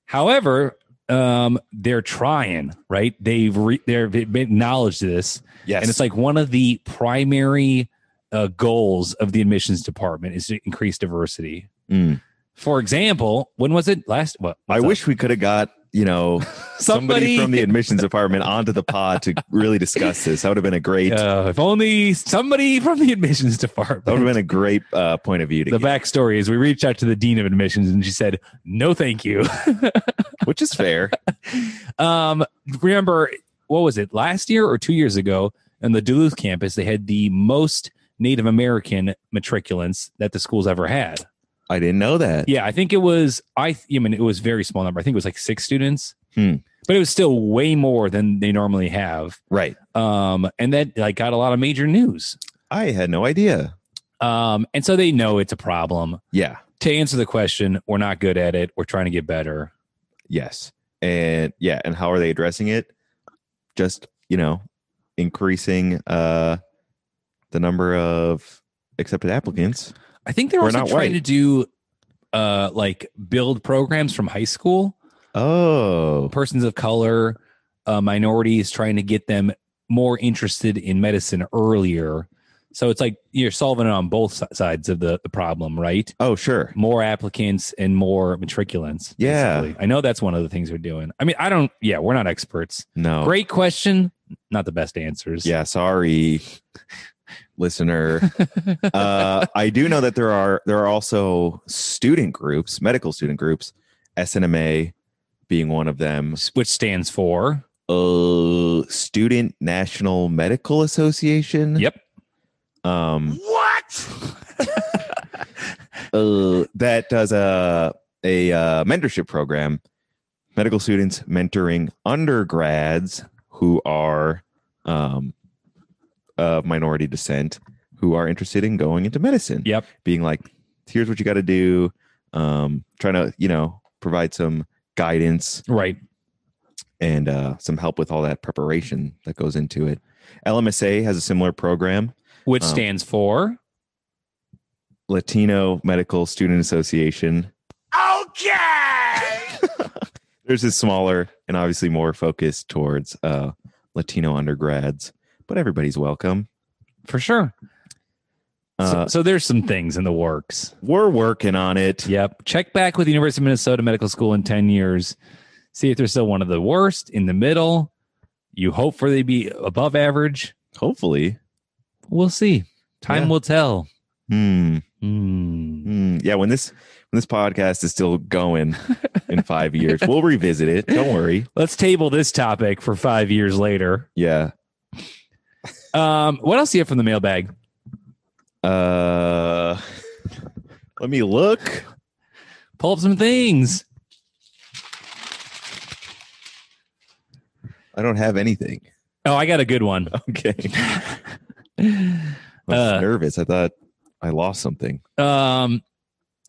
Speaker 2: However, um, they're trying, right? They've re- they've acknowledged this
Speaker 1: Yes.
Speaker 2: and it's like one of the primary uh, goals of the admissions department is to increase diversity.
Speaker 1: Mm.
Speaker 2: For example, when was it last? What
Speaker 1: I
Speaker 2: what's up?
Speaker 1: wish we could have got, you know, somebody,
Speaker 2: somebody,
Speaker 1: from the admissions department onto the pod to really discuss this. That would have been a great.
Speaker 2: Uh, if only somebody from the admissions
Speaker 1: that would
Speaker 2: department.
Speaker 1: have been a great uh, point of view to
Speaker 2: The
Speaker 1: get,
Speaker 2: backstory is we reached out to the dean of admissions and she said, "No, thank you."
Speaker 1: which is fair.
Speaker 2: um, remember what was it last year or two years ago? On the Duluth campus, they had the most Native American matriculants that the school's ever had.
Speaker 1: I didn't know that.
Speaker 2: Yeah, I think it was. I, th- I mean, it was very small number. I think it was like six students,
Speaker 1: Hmm.
Speaker 2: but it was still way more than they normally have.
Speaker 1: Right.
Speaker 2: Um, and that like got a lot of major news.
Speaker 1: I had no idea.
Speaker 2: Um, and so they know it's a problem.
Speaker 1: Yeah.
Speaker 2: To answer the question, we're not good at it. We're trying to get better.
Speaker 1: Yes. And yeah, and how are they addressing it? Just, you know, increasing uh the number of accepted applicants.
Speaker 2: I think they're
Speaker 1: We're
Speaker 2: also
Speaker 1: not
Speaker 2: trying
Speaker 1: white.
Speaker 2: to do uh, like build programs from high school.
Speaker 1: Oh,
Speaker 2: Persons of color, uh, minorities, trying to get them more interested in medicine earlier. So it's like you're solving it on both si- sides of the, the problem, right?
Speaker 1: oh, sure.
Speaker 2: More applicants and more matriculants.
Speaker 1: Yeah.
Speaker 2: basically. I know that's one of the things we're doing. I mean, I don't. Yeah, we're not experts.
Speaker 1: No.
Speaker 2: Great question. Not the best answers.
Speaker 1: Yeah, sorry, listener. uh, I do know that there are there are also student groups, medical student groups, SNMA being one of them.
Speaker 2: which stands for
Speaker 1: Uh, Student National Medical Association.
Speaker 2: yep
Speaker 1: Um,
Speaker 7: What?
Speaker 1: uh, that does a a uh, mentorship program, medical students mentoring undergrads who are um, of minority descent who are interested in going into medicine.
Speaker 2: Yep.
Speaker 1: being like, here's what you got to do. Um, trying to you know provide some guidance
Speaker 2: right
Speaker 1: and uh, some help with all that preparation that goes into it. LMSA has a similar program,
Speaker 2: which
Speaker 1: Um,
Speaker 2: stands for
Speaker 1: Latino Medical Student Association.
Speaker 7: Okay.
Speaker 1: there's this smaller and obviously more focused towards uh, Latino undergrads, but everybody's welcome.
Speaker 2: for sure
Speaker 1: Uh,
Speaker 2: so, so there's some things in the works
Speaker 1: we're working on it.
Speaker 2: yep check back with the university of minnesota medical school in 10 years see if they're still one of the worst in the middle you hope for they be above average
Speaker 1: Hopefully.
Speaker 2: we'll see time
Speaker 1: Yeah.
Speaker 2: will tell
Speaker 1: Hmm.
Speaker 2: Hmm.
Speaker 1: Hmm. yeah. When this when this podcast is still going in five years, we'll revisit it. Don't worry.
Speaker 2: let's table this topic for five years later
Speaker 1: Yeah.
Speaker 2: um, what else do you have from the mailbag
Speaker 1: Uh, let me look.
Speaker 2: pull up some things
Speaker 1: I don't have anything.
Speaker 2: oh i got a good one
Speaker 1: Okay. I was
Speaker 2: Uh,
Speaker 1: nervous. I thought I lost something.
Speaker 2: Um,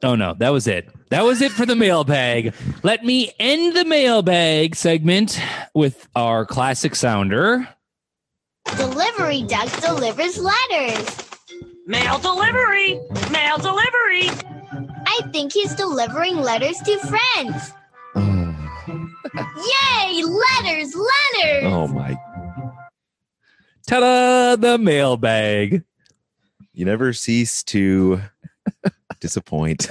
Speaker 2: oh no, that was it. That was it for the mailbag. Let me end the mailbag segment with our classic sounder.
Speaker 6: Delivery Duck delivers letters.
Speaker 7: Mail delivery. Mail delivery.
Speaker 6: I think he's delivering letters to friends.
Speaker 1: Oh,
Speaker 6: Yay, letters, letters!
Speaker 1: oh my.
Speaker 2: Ta-da! The mailbag.
Speaker 1: You never cease to disappoint.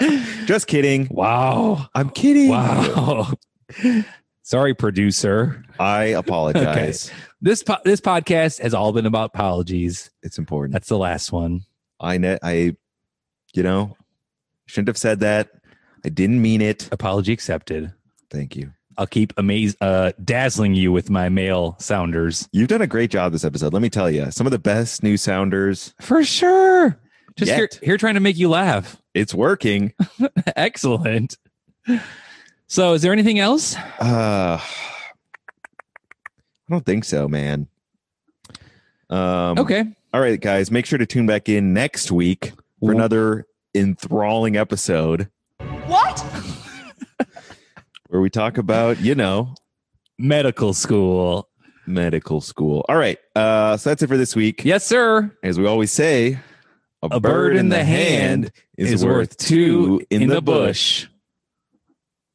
Speaker 1: Just kidding.
Speaker 2: Wow!
Speaker 1: I'm kidding.
Speaker 2: Wow! Sorry, producer.
Speaker 1: I apologize.
Speaker 2: This po- this podcast has all been about apologies.
Speaker 1: It's important.
Speaker 2: That's the last one.
Speaker 1: I ne- I you know, shouldn't have said that. I didn't mean it.
Speaker 2: Apology accepted.
Speaker 1: Thank you.
Speaker 2: I'll keep amaze uh, dazzling you with my mail sounders
Speaker 1: You've done a great job this episode. Let me tell you. Some of the best new sounders.
Speaker 2: for sure. Just here,
Speaker 1: Yet.
Speaker 2: here trying to make you laugh.
Speaker 1: It's working.
Speaker 2: Excellent. So, is there anything else?
Speaker 1: Uh I don't think so, man. Um
Speaker 2: Okay.
Speaker 1: All right, guys, make sure to tune back in next week for
Speaker 2: Ooh.
Speaker 1: another enthralling episode. What? Where we talk about, you know,
Speaker 2: Medical school.
Speaker 1: medical school. All right. Uh, so that's it for this week.
Speaker 2: Yes, sir.
Speaker 1: As we always say, a, bird, in the hand is, worth two in the bush.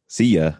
Speaker 1: See ya.